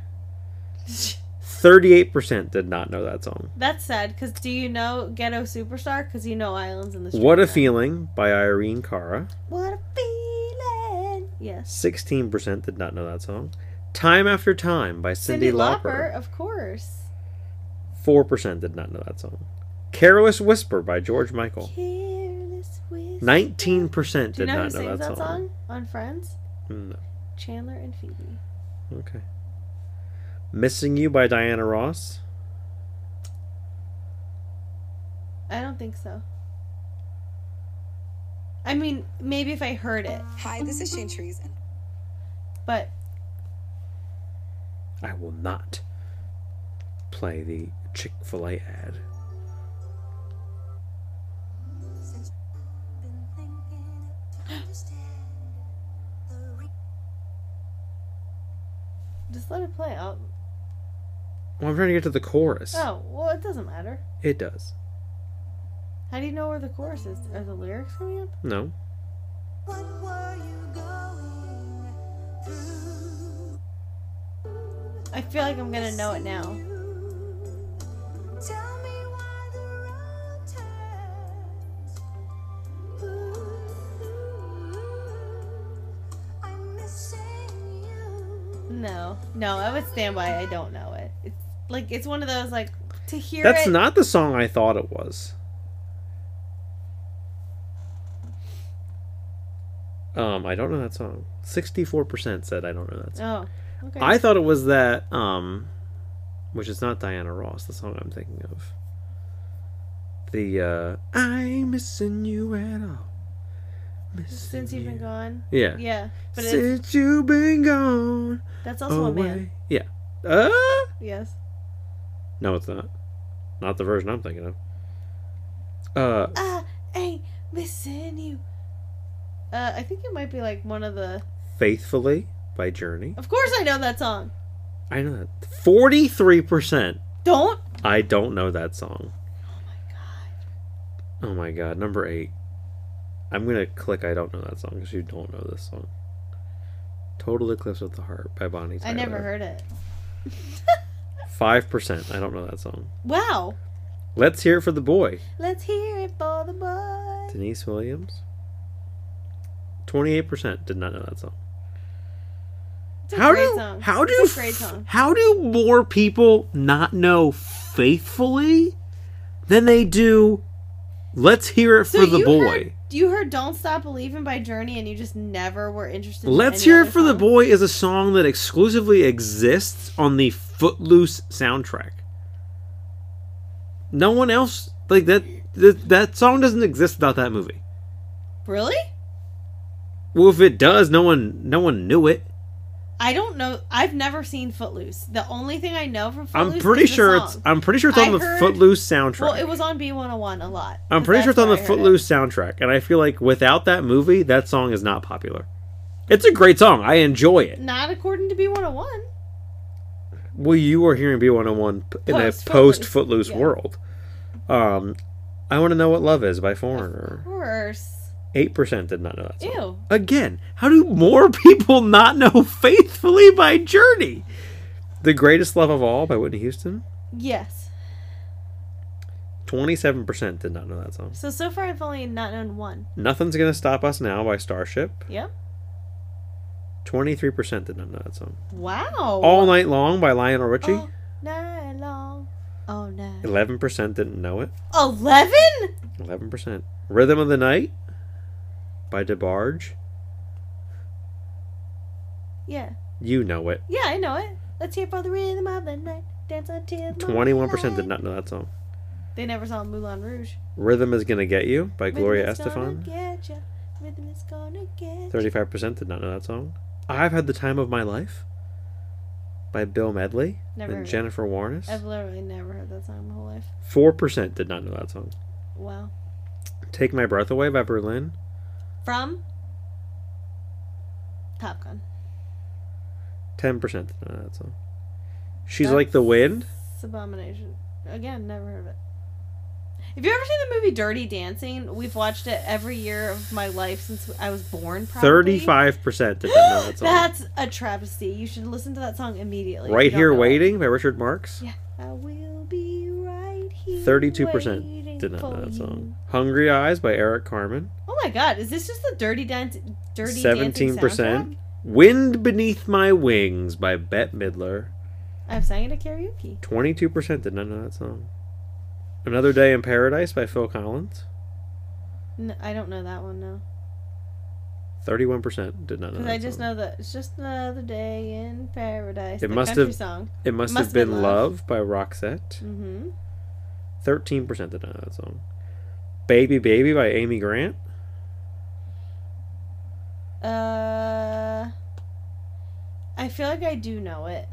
38% did not know that song. That's sad. Cause do you know Ghetto Superstar? Cause you know Islands in the Stream. What a Now. Feeling by Irene Cara. What a feeling. Yes. 16% did not know that song. Time After Time by Cindy, Lauper. of course. 4% did not know that song. Careless Whisper by George Michael. Careless whisper. 19% Do you did know who not know sings that, that song. song on Friends? No. Chandler and Phoebe. Okay. Missing You by Diana Ross. I don't think so. I mean, maybe if I heard it, Hi, this is Shane Treason. but I will not play the Chick fil A ad. Since I've been thinking to understand the re- just let it play out. Well, I'm trying to get to the chorus. Oh, well, it doesn't matter. It does. How do you know where the chorus is? Are the lyrics coming up? No. What were you going through? I feel like I'm gonna know it now. Tell me why the road turns. Ooh, I'm missing you. No, no, I would stand by. I don't know it. It's like it's one of those like to hear That's it. not the song I thought it was. Um, I don't know that song. Sixty-four percent said I don't know that song. Oh, okay. I thought it was that, um, which is not Diana Ross, the song I'm thinking of. The uh, I'm missing you at all. Missing Since you've been gone. Yeah. Yeah, but it's, Since you've been gone that's also a man. away. Yeah. Uh, Yes. no, it's not. Not the version I'm thinking of. Uh, I ain't missing you. Uh, I think it might be like one of the. Faithfully by Journey. Of course, I know that song. I know that. 43%. Don't. I don't know that song. Oh my god. Oh my god, number eight. I'm gonna click I don't know that song because you don't know this song. Total Eclipse of the Heart by Bonnie I Tyler. never heard it. Five percent. I don't know that song. Wow. Let's hear it for the boy. Let's hear it for the boy. Denise Williams. Twenty-eight percent did not know that song. It's a how great do song. how do it's a great f- song? how do more people not know faithfully than they do? Let's hear it So for the you boy. heard- you heard "Don't Stop Believing" by Journey, and you just never were interested. in Let's any Hear It other for the song? Boy is a song that exclusively exists on the Footloose soundtrack. No one else like that that, that song doesn't exist without that movie. Really? Well, if it does, no one no one knew it. I don't know. I've never seen Footloose. The only thing I know from Footloose. I'm pretty is the sure song. it's. I'm pretty sure it's on I the heard- Footloose soundtrack. Well, it was on B101 a lot. I'm pretty sure it's That's on the where I heard it. Footloose soundtrack, and I feel like without that movie, that song is not popular. It's a great song. I enjoy it. Not according to B101. Well, you were hearing B101 p- in a Post-Footloose, post Footloose yeah. world. Um, I want to know what love is by Of Foreigner. course. Eight percent did not know that. Song. Ew. Again, how do more people not know "Faithfully" by Journey? The greatest love of all by Whitney Houston. Yes. Twenty-seven percent did not know that song. So, so far I've only not known one. Nothing's gonna stop us now by Starship. Yep. Twenty-three percent did not know that song. Wow. All Night Long by Lionel Richie. All night long. Oh, no. Eleven percent didn't know it. 11? Eleven percent. Rhythm of the Night by DeBarge. Yeah. You know it. Yeah, I know it. Let's hear for the rhythm of the night. Dance until Twenty-one percent did did not. not know that song. They never saw Moulin Rouge. Rhythm is gonna get you by Gloria Rhythm is gonna Estefan. get ya. Rhythm is gonna get ya. Thirty-five percent did not know that song. I've had the time of my life by Bill Medley Never heard and it. Jennifer I've Warnes. literally never heard that song my whole life. Four percent did not know that song. Wow. Take My Breath Away by Berlin. From Top Gun. Ten percent did not know that song. She's That's- like the wind. It's Abomination. Again, never heard of it. Have you ever seen the movie Dirty Dancing? We've watched it every year of my life since I was born. Probably. Thirty-five percent did not know that song. That's a travesty. You should listen to that song immediately. if you right don't here know it. waiting by richard marx Yeah. I will be right here. 32% waiting did not know for that you. song hungry eyes by eric carmen Oh my god, is this just the dirty dance dirty 17%. 17% wind beneath my wings by bette midler I've sang it at karaoke. 22% did not know that song another day in paradise by phil collins N I don't know that one no. 31% did not know Cuz that I just song. know that it's just another day in paradise. It the must have- country song. it must, have been love. by roxette Mhm. 13% did not know that song baby baby by amy grant Uh I feel like I do know it.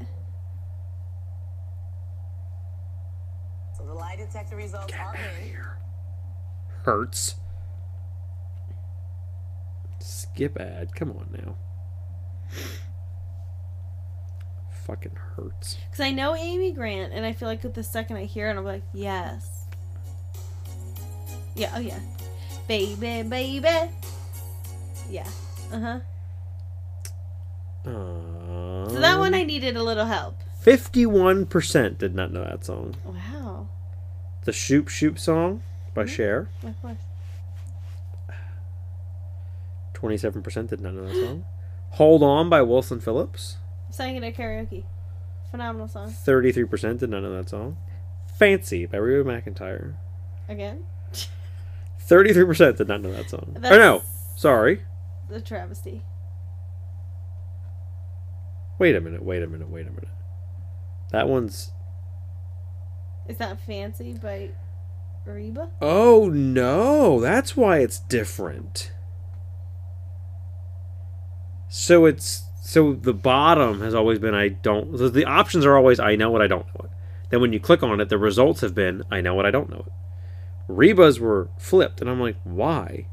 So the lie detector results Get are outta in. here. Hurts. Skip ad. Come on now. Fucking hurts. Cuz I know Amy Grant and I feel like the second I hear it I'm like, "Yes." Yeah, oh yeah. Baby, baby. Yeah. Uh-huh. Um, So that one I needed a little help. Fifty-one percent did not know that song. Wow. The Shoop Shoop song by Mhm. Cher. Of course. Twenty-seven percent did not know that song. Hold On by Wilson Phillips. Sang it at karaoke. Phenomenal song. Thirty-three percent did not know that song. Fancy by Reba McIntyre. Again. Thirty-three percent did not know that song. That's Or no, sorry. the travesty. Wait a minute, wait a minute, wait a minute. That one's. Is that fancy by Reba? Oh no, that's why it's different. So it's. So the bottom has always been I don't. So the options are always I know what I don't know it. Then when you click on it, the results have been I know what I don't know it. Reba's were flipped, and I'm like, why?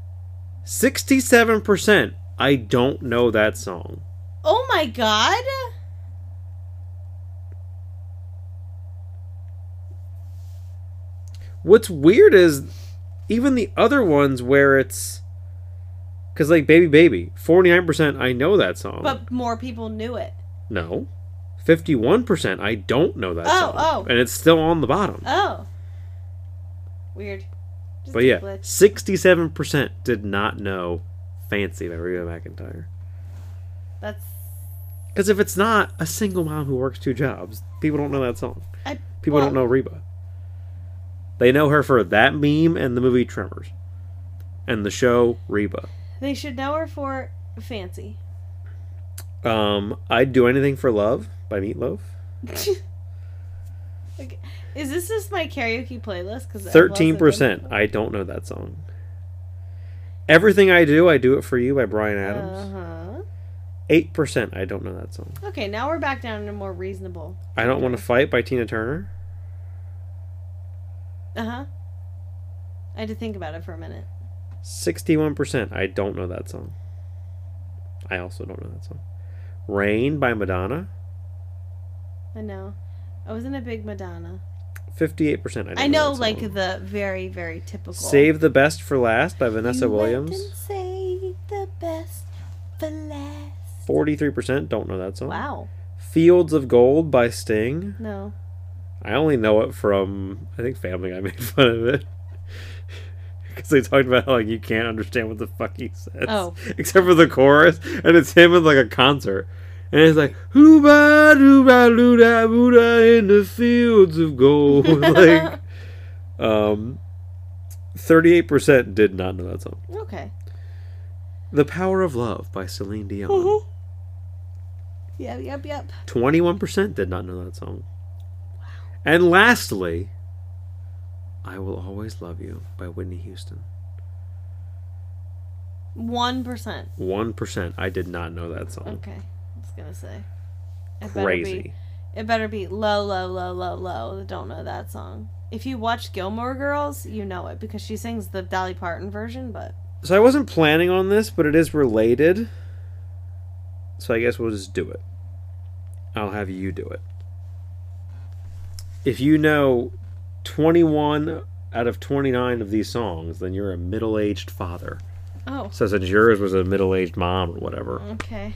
67% I don't know that song. Oh my god! What's weird is even the other ones where it's because like baby baby 49% i know that song But more people knew it. no 51% i don't know that Oh, song oh. and it's still on the bottom Oh. Weird. Just but a yeah glitch. 67% did not know fancy by reba mcintyre That's. because if it's not a single mom who works two jobs people don't know that song I, people don't well, know reba they know her for that meme and the movie tremors and the show reba They should know her for fancy. Um, I'd do anything for love by Meatloaf. Like, is this just my karaoke playlist? Because Thirteen percent. I don't know that song. Everything I do, I do it for you by Brian Adams. Uh huh. Eight percent. I don't know that song. Okay, now we're back down to more reasonable. I don't want to fight by Tina Turner. Uh huh. I had to think about it for a minute. Sixty-one percent. I don't know that song. I also don't know that song. Rain by Madonna. I know. I wasn't a big Madonna. Fifty-eight percent. I know, like the very, very typical. Save the Best for Last by Vanessa You went Williams. and saved the best for last. Forty-three percent. Don't know that song. Wow. Fields of Gold by Sting. No. I only know it from I think Family Guy made fun of it because they talked about how like you can't understand what the fuck he says Oh. except for the chorus, and it's him in like a concert, and it's like hoo ba doo ba doo da boo da in the fields of gold. like, um, thirty-eight percent did not know that song. Okay. The Power of Love by Celine Dion. Mhm. Yep, yep, yep. Twenty-one percent did not know that song. And lastly, I Will Always Love You by Whitney Houston. One percent. 1%. I did not know that song. Okay. I was gonna say. It better Crazy. Be, it better be low, low, low, low, low. that Don't know that song. If you watch Gilmore Girls, you know it because she sings the Dolly Parton version. But So I wasn't planning on this, but it is related. So I guess we'll just do it. I'll have you do it. If you know 21 out of 29 of these songs, then you're a middle aged father. oh, So since yours was a middle aged mom or whatever, okay.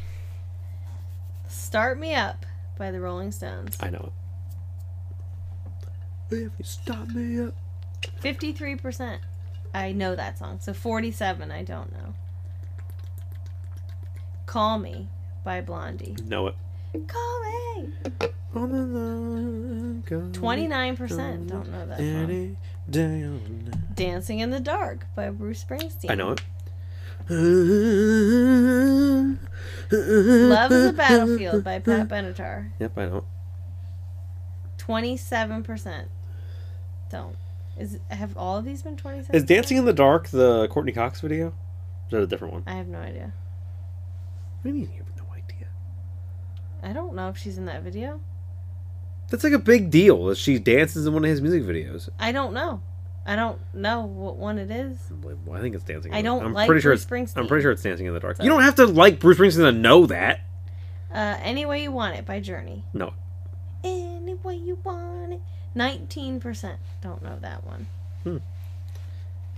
Start me up by the Rolling Stones. I know it. If you stop me up. Fifty-three percent. I know that song. So forty-seven. I don't know. Call me by Blondie. Know it. Call me. On the line, go Twenty-nine percent. Don't know that song. any day of the night. Dancing in the Dark by Bruce Springsteen. I know it. Love Love is a Battlefield by Pat Benatar. Yep, I know. it. 27%. Don't. Is have all of these been 27? Is Dancing in the Dark the Courtney Cox video? Is that a different one? I have no idea. What do you mean you have no idea? I don't know if she's in that video. That's like a big deal that she dances in one of his music videos. I don't know. I don't know what one it is. Unbelievable. I think it's Dancing. In I the don't I'm like pretty sure Bruce it's- Springsteen. I'm pretty sure it's Dancing in the Dark. So- You don't have to like Bruce Springsteen to know that. Uh, Any Way You Want It by Journey. No, Any Way You Want It. 19%. Don't know that one.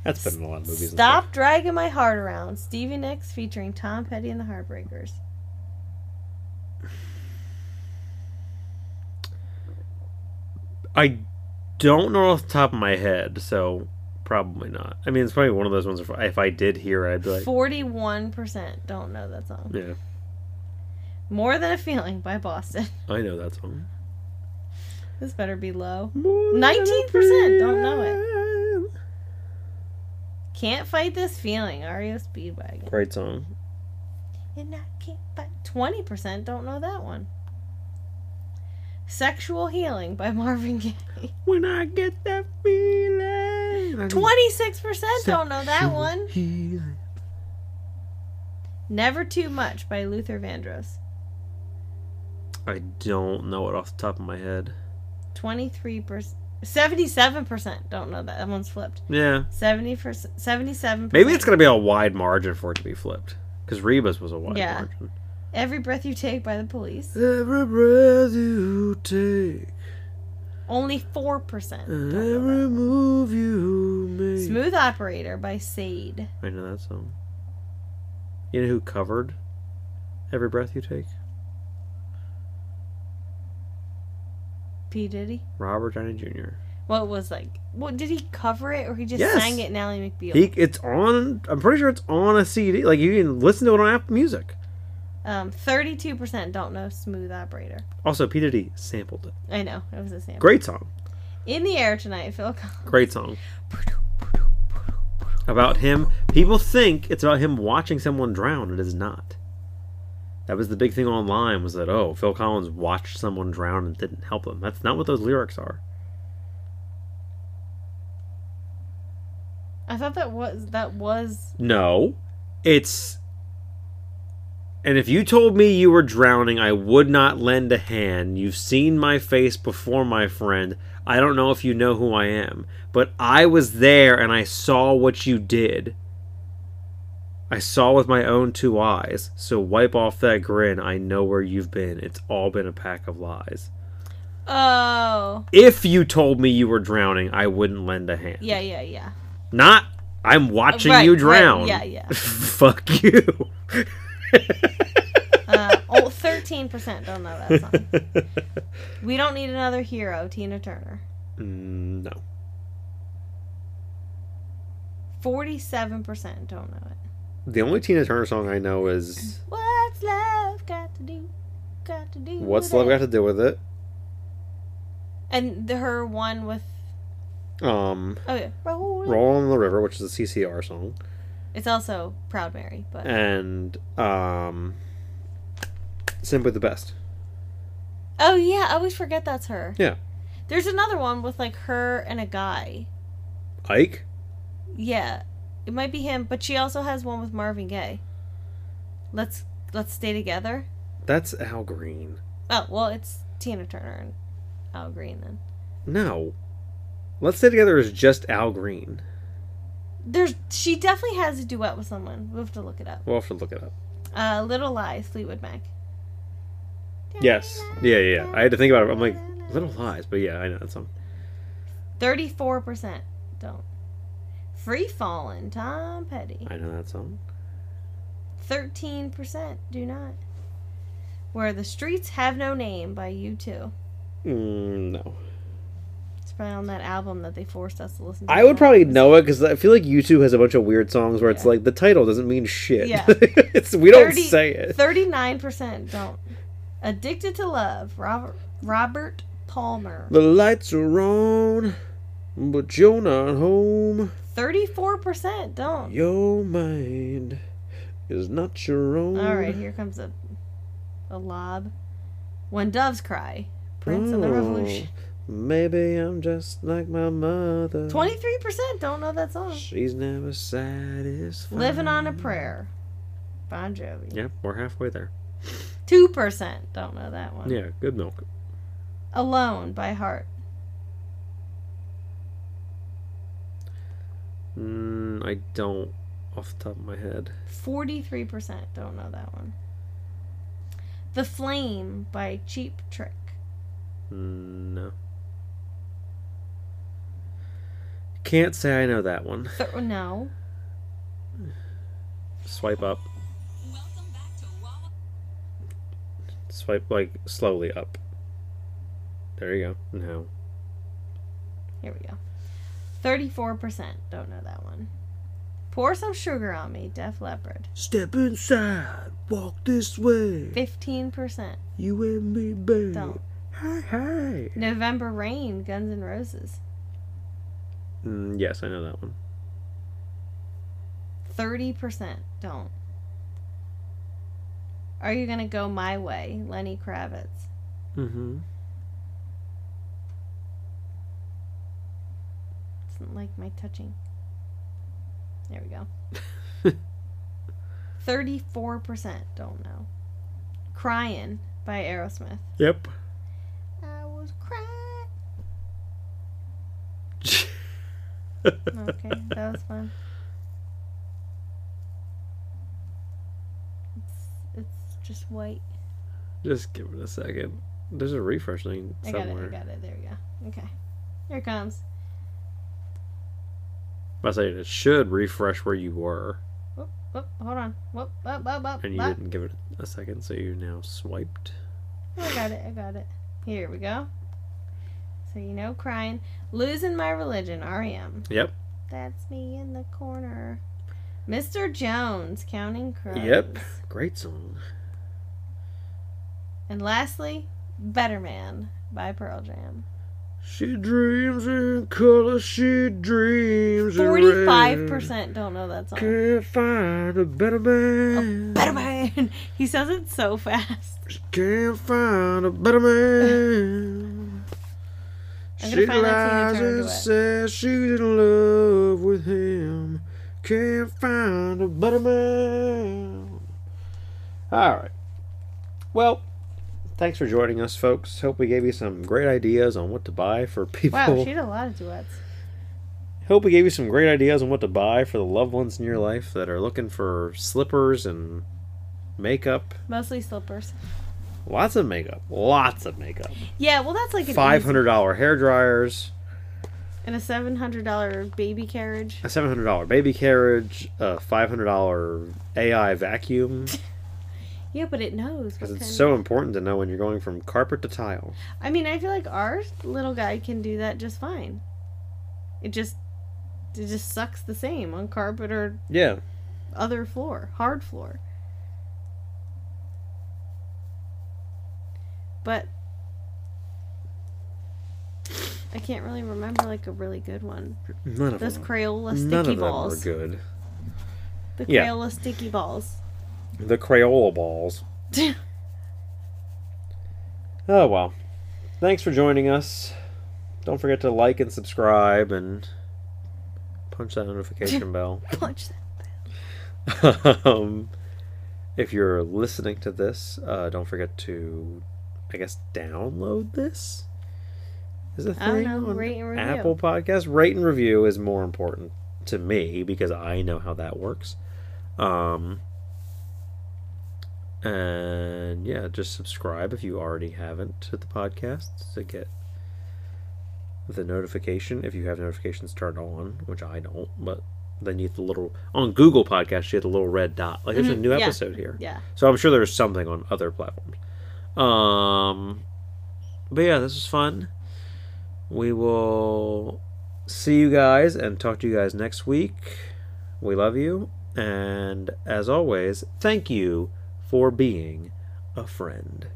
that's been in a lot of movies. and stuff. Stop Dragging My Heart Around. Stevie Nicks featuring Tom Petty and the Heartbreakers. I don't know off the top of my head, so probably not. I mean, it's probably one of those ones. If, if I did hear, it, I'd be like, 41% don't know that song. yeah, More Than a Feeling by Boston. I know that song. This better be low. More than 19% don't know a feeling. Can't Fight This Feeling, REO Speedwagon. Great song. And I can't fight. 20% don't know that one. Sexual Healing by Marvin Gaye. When I get that feeling. 26% don't know that one. Healing. Never Too Much by Luther Vandross. I don't know it off the top of my head. 23%. 77% don't know that. That one's flipped. Yeah, 70 77%. maybe it's gonna be a wide margin for it to be flipped. Because Rebus was a wide Yeah. margin. Every Breath You Take by the Police. Every breath you take, Only 4%. don't and know that. every move you make. Smooth Operator by Sade. I know that song. You know who covered Every Breath You Take? P. Diddy. Robert Downey Jr. What was like? What did he cover it, or he just Yes. sang it? in Ally McBeal. He, it's on. I'm pretty sure it's on a CD. Like you can listen to it on Apple Music. Um, thirty-two percent don't know Smooth Operator. Also, P Diddy sampled it. I know it was a sample. Great song. In the air tonight, Phil. Collins. Great song. About him. People think it's about him watching someone drown. It is not. That was the big thing online was that oh Phil Collins watched someone drown and didn't help them. That's not what those lyrics are. I thought that was that was No, it's And if you told me you were drowning, I would not lend a hand. You've seen my face before, my friend. I don't know if you know who I am, but I was there and I saw what you did. I saw with my own two eyes. So wipe off that grin. I know where you've been. It's all been a pack of lies. Oh. If you told me you were drowning, I wouldn't lend a hand. Yeah, yeah, yeah. Not I'm watching Right, you right, drown. yeah, yeah. Fuck you. Uh, oh, 13% don't know that song. We don't need another hero, Tina Turner. Mm, no. 47% don't know it. The only Tina Turner song I know is What's love got to do? Got to do. What's with Love It? Got to Do with It? And the, her one with. Um, Oh, yeah. Roll. Roll on the River, which is a CCR song. It's also Proud Mary, but. And um, Simply the Best. Oh, yeah. I always forget that's her. Yeah. There's another one with, like, her and a guy. Ike? Yeah, it might be him, but she also has one with Marvin Gaye. Let's let's stay together. That's Al Green. Oh well, it's Tina Turner and Al Green then. No. Let's Stay Together is just Al Green. There's she definitely has a duet with someone. We'll have to look it up. We'll have to look it up. Uh, Little Lies, Fleetwood Mac. Yes. Yeah, yeah. yeah. I had to think about it. I'm like, Little Lies, but yeah, I know that song. Thirty-four percent don't. Free Fallin', Tom Petty. I know that song. Thirteen percent do not. Where the Streets Have No Name by U2. Mm, no. It's probably on that album that they forced us to listen to. I would now. probably know it because I feel like YouTube has a bunch of weird songs where it's Yeah. like the title doesn't mean shit. Yeah. it's we don't 30 say it. Thirty-nine percent don't. Addicted to Love, Robert Robert Palmer. The lights are on, but you're not home. Thirty-four percent don't. Your mind is not your own. All right, here comes a a lob. When doves cry, Prince and the Oh, Revolution. Maybe I'm just like my mother. Twenty-three percent don't know that song. She's never satisfied. Living on a prayer, Bon Jovi. Yep, we're halfway there. Two percent don't know that one. Yeah, good milk. Alone by Heart. Mm, I don't off the top of my head. Forty-three percent don't know that one. The Flame by Cheap Trick. Mm, No. Can't say I know that one. Th- no. Swipe up. Swipe like slowly up. There you go. No. Here we go. Thirty-four percent don't know that one. Pour some sugar on me, Def Leppard. Step inside. Walk this way. Fifteen percent. You and me, babe. Don't. Hi, hi. November Rain, Guns N' Roses. Mm, yes, I know that one. Thirty percent don't. Are you gonna go my way, Lenny Kravitz? Mm-hmm. Doesn't like my touching. There we go. Thirty-four percent don't know. Crying by Aerosmith. Yep. I was crying. Okay, that was fun. It's, it's just white. Just give it a second. There's a refreshing I got somewhere. it. I got it. There we go. Okay. Here it comes. I say it should refresh where you were, Whoop, whoop, hold on. Whoop, whoop, whoop, whoop. and you whoop. didn't give it a second, so you now swiped. I got it. I got it. Here we go. So you know, crying, losing my religion. R.E.M. Yep. That's me in the corner. Mr. Jones, Counting Crows. Yep. Great song. And lastly, Better Man by Pearl Jam. She dreams in color. She dreams. in red. Forty-five percent don't know that song. Can't find a better man. Better Man. He says it so fast. Can't find a better man. I'm she gonna find out lies Tina Turner and duet. says she's in love with him. Can't find a better man. All right. Well, thanks for joining us, folks. Hope we gave you some great ideas on what to buy for people. Wow, she did a lot of duets. Hope we gave you some great ideas on what to buy for the loved ones in your life that are looking for slippers and makeup. Mostly slippers. Lots of makeup. Lots of makeup. Yeah, well, that's like an Five hundred dollar hair dryers, easy- and a seven hundred dollar baby carriage. a seven hundred dollar baby carriage, a five hundred dollar AI vacuum. Yeah, but it knows. what Because it's kind so important to know when you're going from carpet to tile. of- I mean, I feel like our little guy can do that just fine. It just, it just sucks the same on carpet or Yeah. other floor, hard floor. But I can't really remember like a really good one. None of Those them. Crayola None sticky of them balls. were good. The Yeah. Crayola sticky balls. The Crayola balls. Oh well. Thanks for joining us. Don't forget to like and subscribe and punch that notification bell. Punch that. um, if you're listening to this, uh, don't forget to, I guess, download this. Is a thing I don't know, on rate and review. Apple Podcast rate and review is more important to me because I know how that works. Um, and yeah, just subscribe if you already haven't to the podcast to get the notification if you have notifications turned on, which I don't, but then you have the little on Google Podcast you have the little red dot. Like there's a Mhm, new yeah, episode here. Yeah. So I'm sure there's something on other platforms. Um but yeah, this was fun. We will see you guys and talk to you guys next week. We love you and as always, thank you for being a friend.